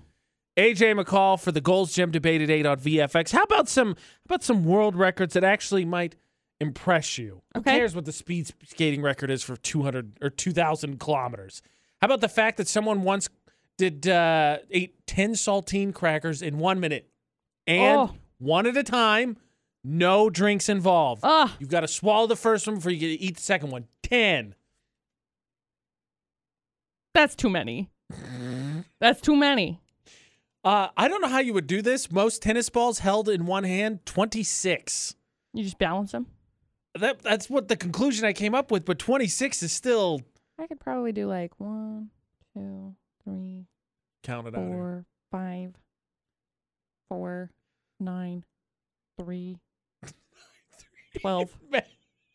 [SPEAKER 1] AJ McCall for the Gold's Gym debate at eight on VFX. How about some how about some world records that actually might impress you?
[SPEAKER 2] Okay.
[SPEAKER 1] Who cares what the speed skating record is for two hundred or two thousand kilometers? How about the fact that someone once did uh, ate ten saltine crackers in one minute and
[SPEAKER 2] Oh.
[SPEAKER 1] one at a time, no drinks involved.
[SPEAKER 2] Ah.
[SPEAKER 1] You've got to swallow the first one before you get to eat the second one. Ten.
[SPEAKER 2] That's too many. That's too many.
[SPEAKER 1] Uh, I don't know how you would do this. Most tennis balls held in one hand, twenty six.
[SPEAKER 2] You just balance them.
[SPEAKER 1] that that's what the conclusion I came up with, but 26 is still
[SPEAKER 2] I could probably do like one, two, three,
[SPEAKER 1] counted out. here.
[SPEAKER 2] four, five, four, nine, three, twelve,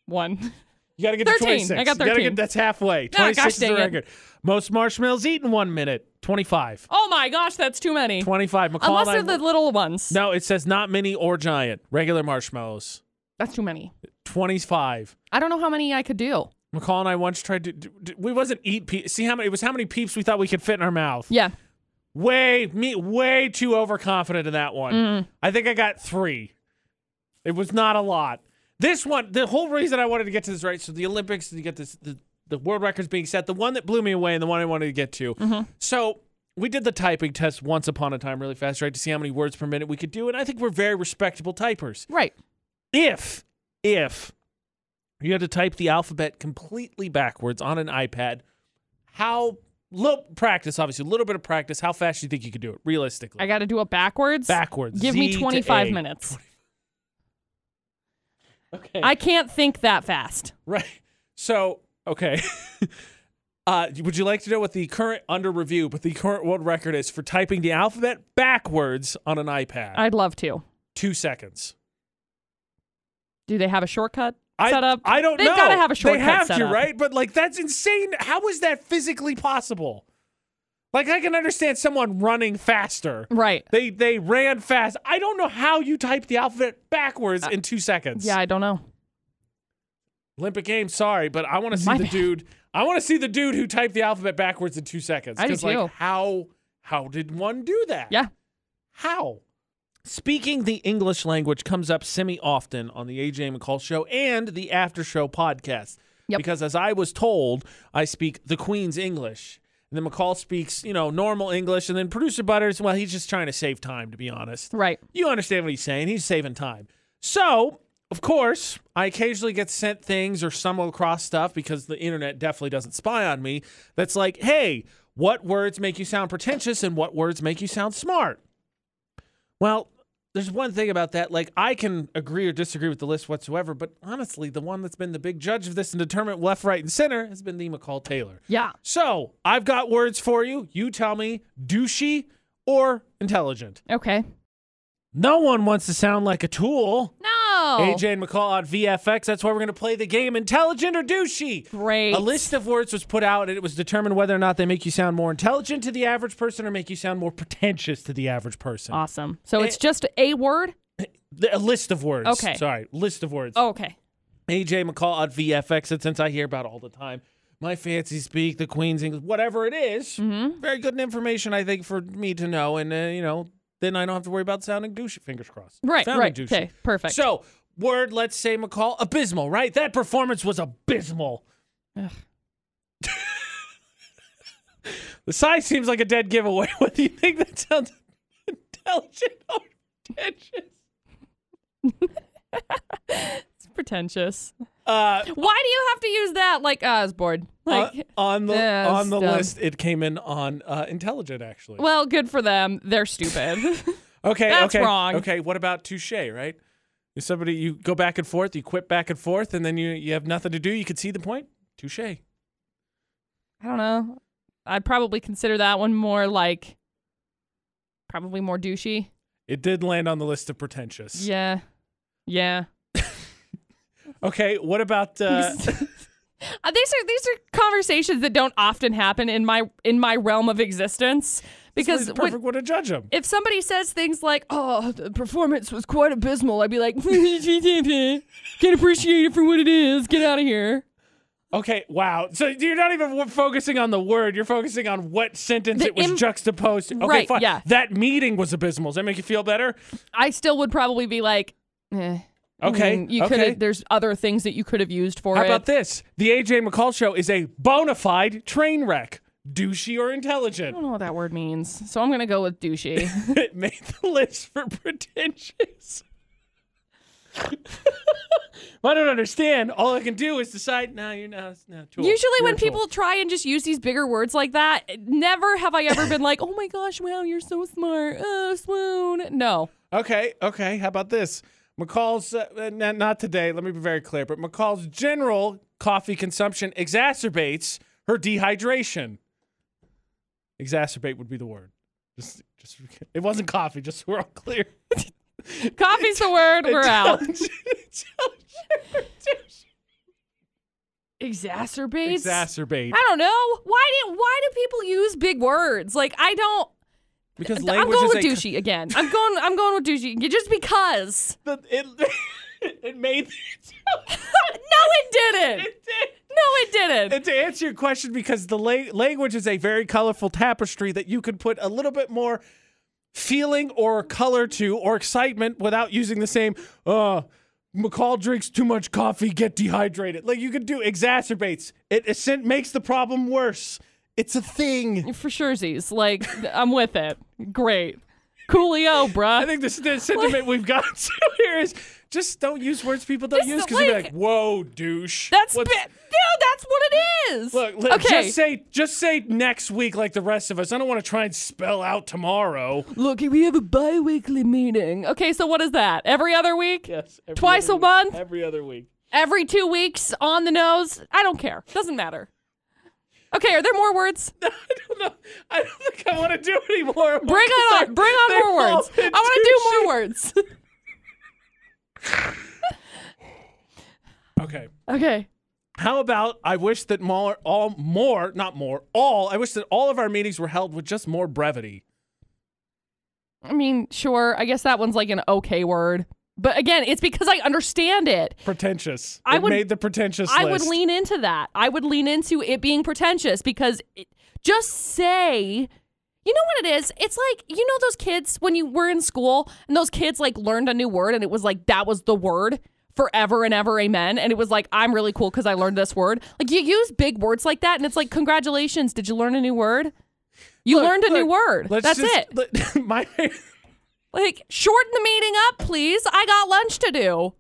[SPEAKER 2] one.
[SPEAKER 1] You gotta get to
[SPEAKER 2] 13.
[SPEAKER 1] 26.
[SPEAKER 2] I got
[SPEAKER 1] You gotta
[SPEAKER 2] 13.
[SPEAKER 1] get, that's halfway.
[SPEAKER 2] Ah, gosh
[SPEAKER 1] 26 is the
[SPEAKER 2] dang it.
[SPEAKER 1] record. Most marshmallows eaten one minute. 25.
[SPEAKER 2] Oh my gosh, that's too many.
[SPEAKER 1] 25. McCall
[SPEAKER 2] Unless
[SPEAKER 1] and I-
[SPEAKER 2] they're the little ones.
[SPEAKER 1] no, it says not mini or giant. Regular marshmallows.
[SPEAKER 2] That's too many.
[SPEAKER 1] 25.
[SPEAKER 2] I don't know how many I could do.
[SPEAKER 1] McCall and I once tried to. d- d- We wasn't eat. Pe- see how many? It was how many peeps we thought we could fit in our mouth.
[SPEAKER 2] Yeah.
[SPEAKER 1] Way me way too overconfident in that one. I think I got three. It was not a lot. This one, the whole reason I wanted to get to this right, so the Olympics, you get this the, the world records being set, the one that blew me away and the one I wanted to get to. So we did the typing test once upon a time really fast, right? To see how many words per minute we could do. And I think we're very respectable typers.
[SPEAKER 2] Right.
[SPEAKER 1] If, if you had to type the alphabet completely backwards on an iPad, how little practice, obviously, a little bit of practice, how fast do you think you could do it realistically?
[SPEAKER 2] I got to do it backwards.
[SPEAKER 1] backwards.
[SPEAKER 2] Give
[SPEAKER 1] Z
[SPEAKER 2] me
[SPEAKER 1] to
[SPEAKER 2] 25
[SPEAKER 1] A.
[SPEAKER 2] minutes.
[SPEAKER 1] Okay.
[SPEAKER 2] I can't think that fast.
[SPEAKER 1] Right. So, okay. uh, would you like to know what the current under review, but the current world record is for typing the alphabet backwards on an iPad?
[SPEAKER 2] I'd love to.
[SPEAKER 1] Two seconds.
[SPEAKER 2] Do they have a shortcut
[SPEAKER 1] I,
[SPEAKER 2] set up?
[SPEAKER 1] I don't
[SPEAKER 2] They've
[SPEAKER 1] know.
[SPEAKER 2] gotta have a shortcut
[SPEAKER 1] They have
[SPEAKER 2] set
[SPEAKER 1] to,
[SPEAKER 2] up.
[SPEAKER 1] right? But like that's insane. How is that physically possible? Like I can understand someone running faster.
[SPEAKER 2] right.
[SPEAKER 1] They they ran fast. I don't know how you type the alphabet backwards in two seconds.
[SPEAKER 2] Uh, Yeah, I don't know.
[SPEAKER 1] Olympic Games. Sorry, but I want to see
[SPEAKER 2] My
[SPEAKER 1] the
[SPEAKER 2] bad.
[SPEAKER 1] dude. I want to see the dude who typed the alphabet backwards in two seconds.
[SPEAKER 2] I do
[SPEAKER 1] 'Cause, like,
[SPEAKER 2] too.
[SPEAKER 1] how how did one do that?
[SPEAKER 2] Yeah.
[SPEAKER 1] How? Speaking the English language comes up semi often on the AJ McCall show and the After Show podcast.
[SPEAKER 2] Yep.
[SPEAKER 1] Because as I was told, I speak the Queen's English. And then McCall speaks, you know, normal English. And then producer Butters, well, he's just trying to save time, to be honest.
[SPEAKER 2] Right.
[SPEAKER 1] You understand what he's saying. He's saving time. So, of course, I occasionally get sent things or stumble across stuff because the internet definitely doesn't spy on me. That's like, hey, what words make you sound pretentious and what words make you sound smart? Well, there's one thing about that. Like, I can agree or disagree with the list whatsoever, but honestly, the one that's been the big judge of this and determined left, right, and center has been the McCall Taylor.
[SPEAKER 2] Yeah.
[SPEAKER 1] So, I've got words for you. You tell me douchey or intelligent.
[SPEAKER 2] Okay.
[SPEAKER 1] No one wants to sound like a tool.
[SPEAKER 2] No.
[SPEAKER 1] AJ and McCall on VFX. That's why we're going to play the game Intelligent or Douchey.
[SPEAKER 2] Great.
[SPEAKER 1] A list of words was put out, and it was determined whether or not they make you sound more intelligent to the average person or make you sound more pretentious to the average person.
[SPEAKER 2] Awesome. So it's
[SPEAKER 1] It-
[SPEAKER 2] just a word.
[SPEAKER 1] The- a list of words.
[SPEAKER 2] Okay.
[SPEAKER 1] Sorry, list of words.
[SPEAKER 2] Oh, okay.
[SPEAKER 1] AJ McCall on VFX. And since I hear about it all the time, my fancy speak, the Queen's English, whatever it is,
[SPEAKER 2] Mm-hmm.
[SPEAKER 1] very good information, I think, for me to know. And, uh, you know, then I don't have to worry about sounding douchey. Fingers crossed.
[SPEAKER 2] Right.
[SPEAKER 1] Sounding
[SPEAKER 2] right.
[SPEAKER 1] douchey.
[SPEAKER 2] Okay. Perfect.
[SPEAKER 1] So, word, let's say McCall, abysmal, right? That performance was abysmal.
[SPEAKER 2] Ugh.
[SPEAKER 1] the sigh seems like a dead giveaway. Whether you think that sounds intelligent or pretentious.
[SPEAKER 2] it's pretentious.
[SPEAKER 1] Uh,
[SPEAKER 2] Why do you have to use that? Like, uh, I was bored. Like,
[SPEAKER 1] on the
[SPEAKER 2] yeah,
[SPEAKER 1] on the
[SPEAKER 2] dumb.
[SPEAKER 1] list, it came in on uh, intelligent actually.
[SPEAKER 2] well, good for them. They're stupid.
[SPEAKER 1] okay,
[SPEAKER 2] that's
[SPEAKER 1] okay,
[SPEAKER 2] wrong.
[SPEAKER 1] Okay, what about touche? Right? If somebody you go back and forth, you quit back and forth, and then you you have nothing to do. You can see the point. Touche.
[SPEAKER 2] I don't know. I'd probably consider that one more like, probably more douchey.
[SPEAKER 1] It did land on the list of pretentious.
[SPEAKER 2] Yeah. Yeah.
[SPEAKER 1] Okay, what about uh,
[SPEAKER 2] Uh, these are these are conversations that don't often happen in my in my realm of existence because
[SPEAKER 1] Somebody's
[SPEAKER 2] when-
[SPEAKER 1] perfect one to judge him.
[SPEAKER 2] if somebody says things like "Oh, the performance was quite abysmal," I'd be like, "Can't appreciate it for what it is. Get out of here."
[SPEAKER 1] Okay, wow. So you're not even w- focusing on the word. You're focusing on what sentence
[SPEAKER 2] The
[SPEAKER 1] it was
[SPEAKER 2] im-
[SPEAKER 1] juxtaposed. to. Okay,
[SPEAKER 2] Right,
[SPEAKER 1] fine.
[SPEAKER 2] yeah. Mm-hmm.
[SPEAKER 1] That meeting was abysmal. Does that make you feel better?
[SPEAKER 2] I still would probably be like, eh.
[SPEAKER 1] Okay,
[SPEAKER 2] Mm, you
[SPEAKER 1] okay.
[SPEAKER 2] could. There's other things that you could have used for
[SPEAKER 1] How
[SPEAKER 2] it.
[SPEAKER 1] about this? The AJ McCall show is a bona fide train wreck. Douchey or intelligent?
[SPEAKER 2] I don't know what that word means, so I'm gonna go with douchey.
[SPEAKER 1] it made the list for pretentious. I don't understand. All I can do is decide. No, you're not. It's not tool.
[SPEAKER 2] Usually,
[SPEAKER 1] You're
[SPEAKER 2] when
[SPEAKER 1] a tool.
[SPEAKER 2] people try and just use these bigger words like that, never have I ever been like, "Oh my gosh, wow, you're so smart, oh swoon." No,
[SPEAKER 1] Okay, okay. How about this? McCall's, uh, uh, n- not today, let me be very clear, but McCall's general coffee consumption exacerbates her dehydration. Exacerbate would be the word. Just, just It wasn't coffee, just so we're all clear.
[SPEAKER 2] coffee's the word. We're out. Exacerbates.
[SPEAKER 1] Exacerbate.
[SPEAKER 2] I don't know. Why do why do people use big words? Like I don't
[SPEAKER 1] Because
[SPEAKER 2] I'm
[SPEAKER 1] language
[SPEAKER 2] going
[SPEAKER 1] is
[SPEAKER 2] with
[SPEAKER 1] a,
[SPEAKER 2] douchey again. I'm going I'm going with douchey You- just because.
[SPEAKER 1] The, it, it made
[SPEAKER 2] no, it didn't.
[SPEAKER 1] it did.
[SPEAKER 2] No, it didn't.
[SPEAKER 1] And to answer your question, because the la- language is a very colorful tapestry that you could put a little bit more feeling or color to or excitement without using the same, uh, McCall drinks too much coffee, get dehydrated. Like you could do exacerbates. It, ascent makes the problem worse. It's a thing.
[SPEAKER 2] For surezies. Like I'm with it. Great. Coolio, bruh.
[SPEAKER 1] I think this, the sentiment we've got to here is just don't use words people don't
[SPEAKER 2] Just
[SPEAKER 1] use because you're
[SPEAKER 2] like-
[SPEAKER 1] like, whoa, douche.
[SPEAKER 2] that's
[SPEAKER 1] What's-
[SPEAKER 2] bi- no, that's what it is.
[SPEAKER 1] Look, li-
[SPEAKER 2] okay.
[SPEAKER 1] just say just say next week like the rest of us. I don't want to try and spell out tomorrow.
[SPEAKER 2] Look, we have a bi-weekly meeting. Okay, so what is that? Every other week?
[SPEAKER 1] Yes. Every
[SPEAKER 2] Twice a month?
[SPEAKER 1] Every other week.
[SPEAKER 2] Every 2 weeks on the nose? I don't care. Doesn't matter. Okay, are there more words?
[SPEAKER 1] I don't know. I don't think I want to do any more.
[SPEAKER 2] Bring on, bring on more words. I want to do more words.
[SPEAKER 1] Okay.
[SPEAKER 2] Okay.
[SPEAKER 1] How about I wish that more, all more, not more, all. I wish that all of our meetings were held with just more brevity.
[SPEAKER 2] I mean, sure. I guess that one's like an okay word. But again, it's because I understand it.
[SPEAKER 1] Pretentious.
[SPEAKER 2] I
[SPEAKER 1] it
[SPEAKER 2] would-
[SPEAKER 1] made the pretentious
[SPEAKER 2] I would
[SPEAKER 1] list.
[SPEAKER 2] lean into that. I would lean into it being pretentious because it, just say, you know what it is? It's like, you know, those kids when you were in school and those kids like learned a new word and it was like, that was the word forever and ever, amen. And it was like, I'm really cool because I learned this word. Like, you use big words like that and it's like, congratulations, did you learn a new word? You
[SPEAKER 1] Look,
[SPEAKER 2] learned a new
[SPEAKER 1] look,
[SPEAKER 2] word.
[SPEAKER 1] Let's
[SPEAKER 2] That's
[SPEAKER 1] just,
[SPEAKER 2] it.
[SPEAKER 1] let- my
[SPEAKER 2] Like, shorten the meeting up, please. I got lunch to do.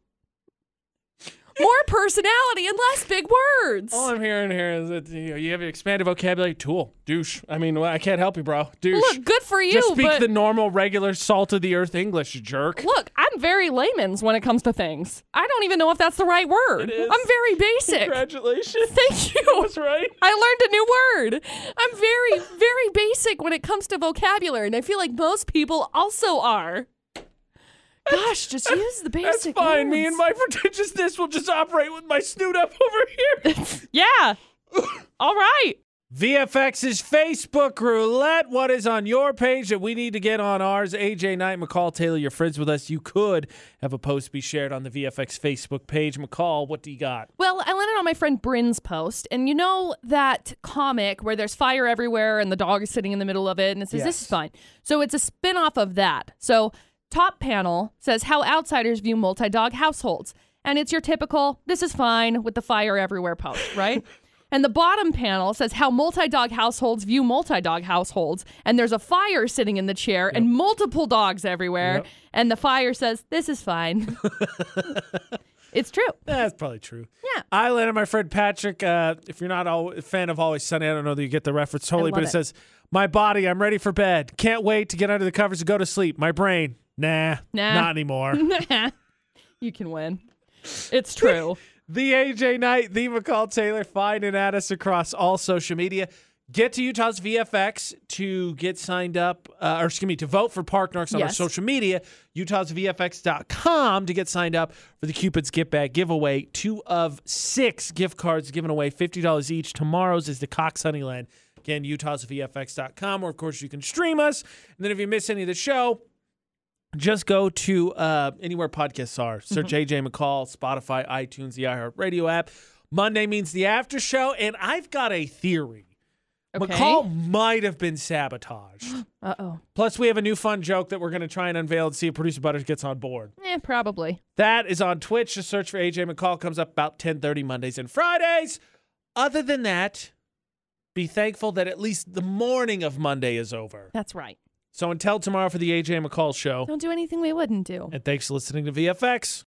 [SPEAKER 2] More personality and less big words.
[SPEAKER 1] all I'm hearing here is that you, know, you have an expanded vocabulary. Tool, douche. I mean, well, I can't help you, bro. Douche.
[SPEAKER 2] Look, good for you,
[SPEAKER 1] just speak
[SPEAKER 2] but
[SPEAKER 1] the normal, regular, salt of the earth English, jerk.
[SPEAKER 2] look, I'm very layman's when it comes to things. I don't even know if that's the right word.
[SPEAKER 1] It is.
[SPEAKER 2] I'm very basic.
[SPEAKER 1] Congratulations.
[SPEAKER 2] Thank you.
[SPEAKER 1] That's right.
[SPEAKER 2] I learned a new word. I'm very, very basic when it comes to vocabulary, and I feel like most people also are. Gosh, just use the basic.
[SPEAKER 1] That's fine. Me and
[SPEAKER 2] words.
[SPEAKER 1] my pretentiousness will just operate with my snoot up over here.
[SPEAKER 2] Yeah. All right.
[SPEAKER 1] VFX's Facebook roulette. What is on your page that we need to get on ours? AJ Knight, McCall Taylor, your friends with us. You could have a post be shared on the VFX Facebook page. McCall, what do you got?
[SPEAKER 2] Well, I landed on my friend Bryn's post, and you know that comic where there's fire everywhere and the dog is sitting in the middle of it and it says, This is
[SPEAKER 1] Yes.
[SPEAKER 2] fine. So it's a spin off of that. So, top panel says, How outsiders view multi dog households. And it's your typical, This is fine with the fire everywhere post, right? and the bottom panel says, How multi dog households view multi dog households. And there's a fire sitting in the chair and multiple dogs everywhere.
[SPEAKER 1] Yep.
[SPEAKER 2] And the fire says, This is fine. it's true.
[SPEAKER 1] That's probably true.
[SPEAKER 2] Yeah.
[SPEAKER 1] I landed my friend Patrick. Uh, if you're not al- a fan of Always Sunny, I don't know that you get the reference totally,
[SPEAKER 2] love
[SPEAKER 1] but it,
[SPEAKER 2] it.
[SPEAKER 1] says, My body, I'm ready for bed. Can't wait to get under the covers and go to sleep. My brain, nah,
[SPEAKER 2] Nah.
[SPEAKER 1] not anymore.
[SPEAKER 2] you can win. It's true.
[SPEAKER 1] the AJ Knight, the McCall Taylor, find and add us across all social media. Get to Utah's VFX to get signed up, uh, or excuse me, to vote for Park Narks on our
[SPEAKER 2] Yes.
[SPEAKER 1] social media, utahsvfx.com to get signed up for the Cupid's Get Back giveaway. Two of six gift cards given away, $50 each. Tomorrow's is the Cox Honeyland. Again, utahsvfx.com, or of course, you can stream us. And then if you miss any of the show, just go to uh, anywhere podcasts are. Search AJ McCall, Spotify, iTunes, the iHeartRadio app. Monday means the after show, and I've got a theory.
[SPEAKER 2] Okay.
[SPEAKER 1] McCall might have been sabotaged.
[SPEAKER 2] Uh oh.
[SPEAKER 1] Plus, we have a new fun joke that we're going to try and unveil and see if producer Butters gets on board.
[SPEAKER 2] Eh, probably.
[SPEAKER 1] That is on Twitch. Just search for AJ McCall. Comes up about 10:30 Mondays and Fridays. Other than that, be thankful that at least the morning of Monday is over.
[SPEAKER 2] That's right.
[SPEAKER 1] So until tomorrow for the AJ McCall show,
[SPEAKER 2] Don't do anything we wouldn't do.
[SPEAKER 1] and thanks for listening to VFX.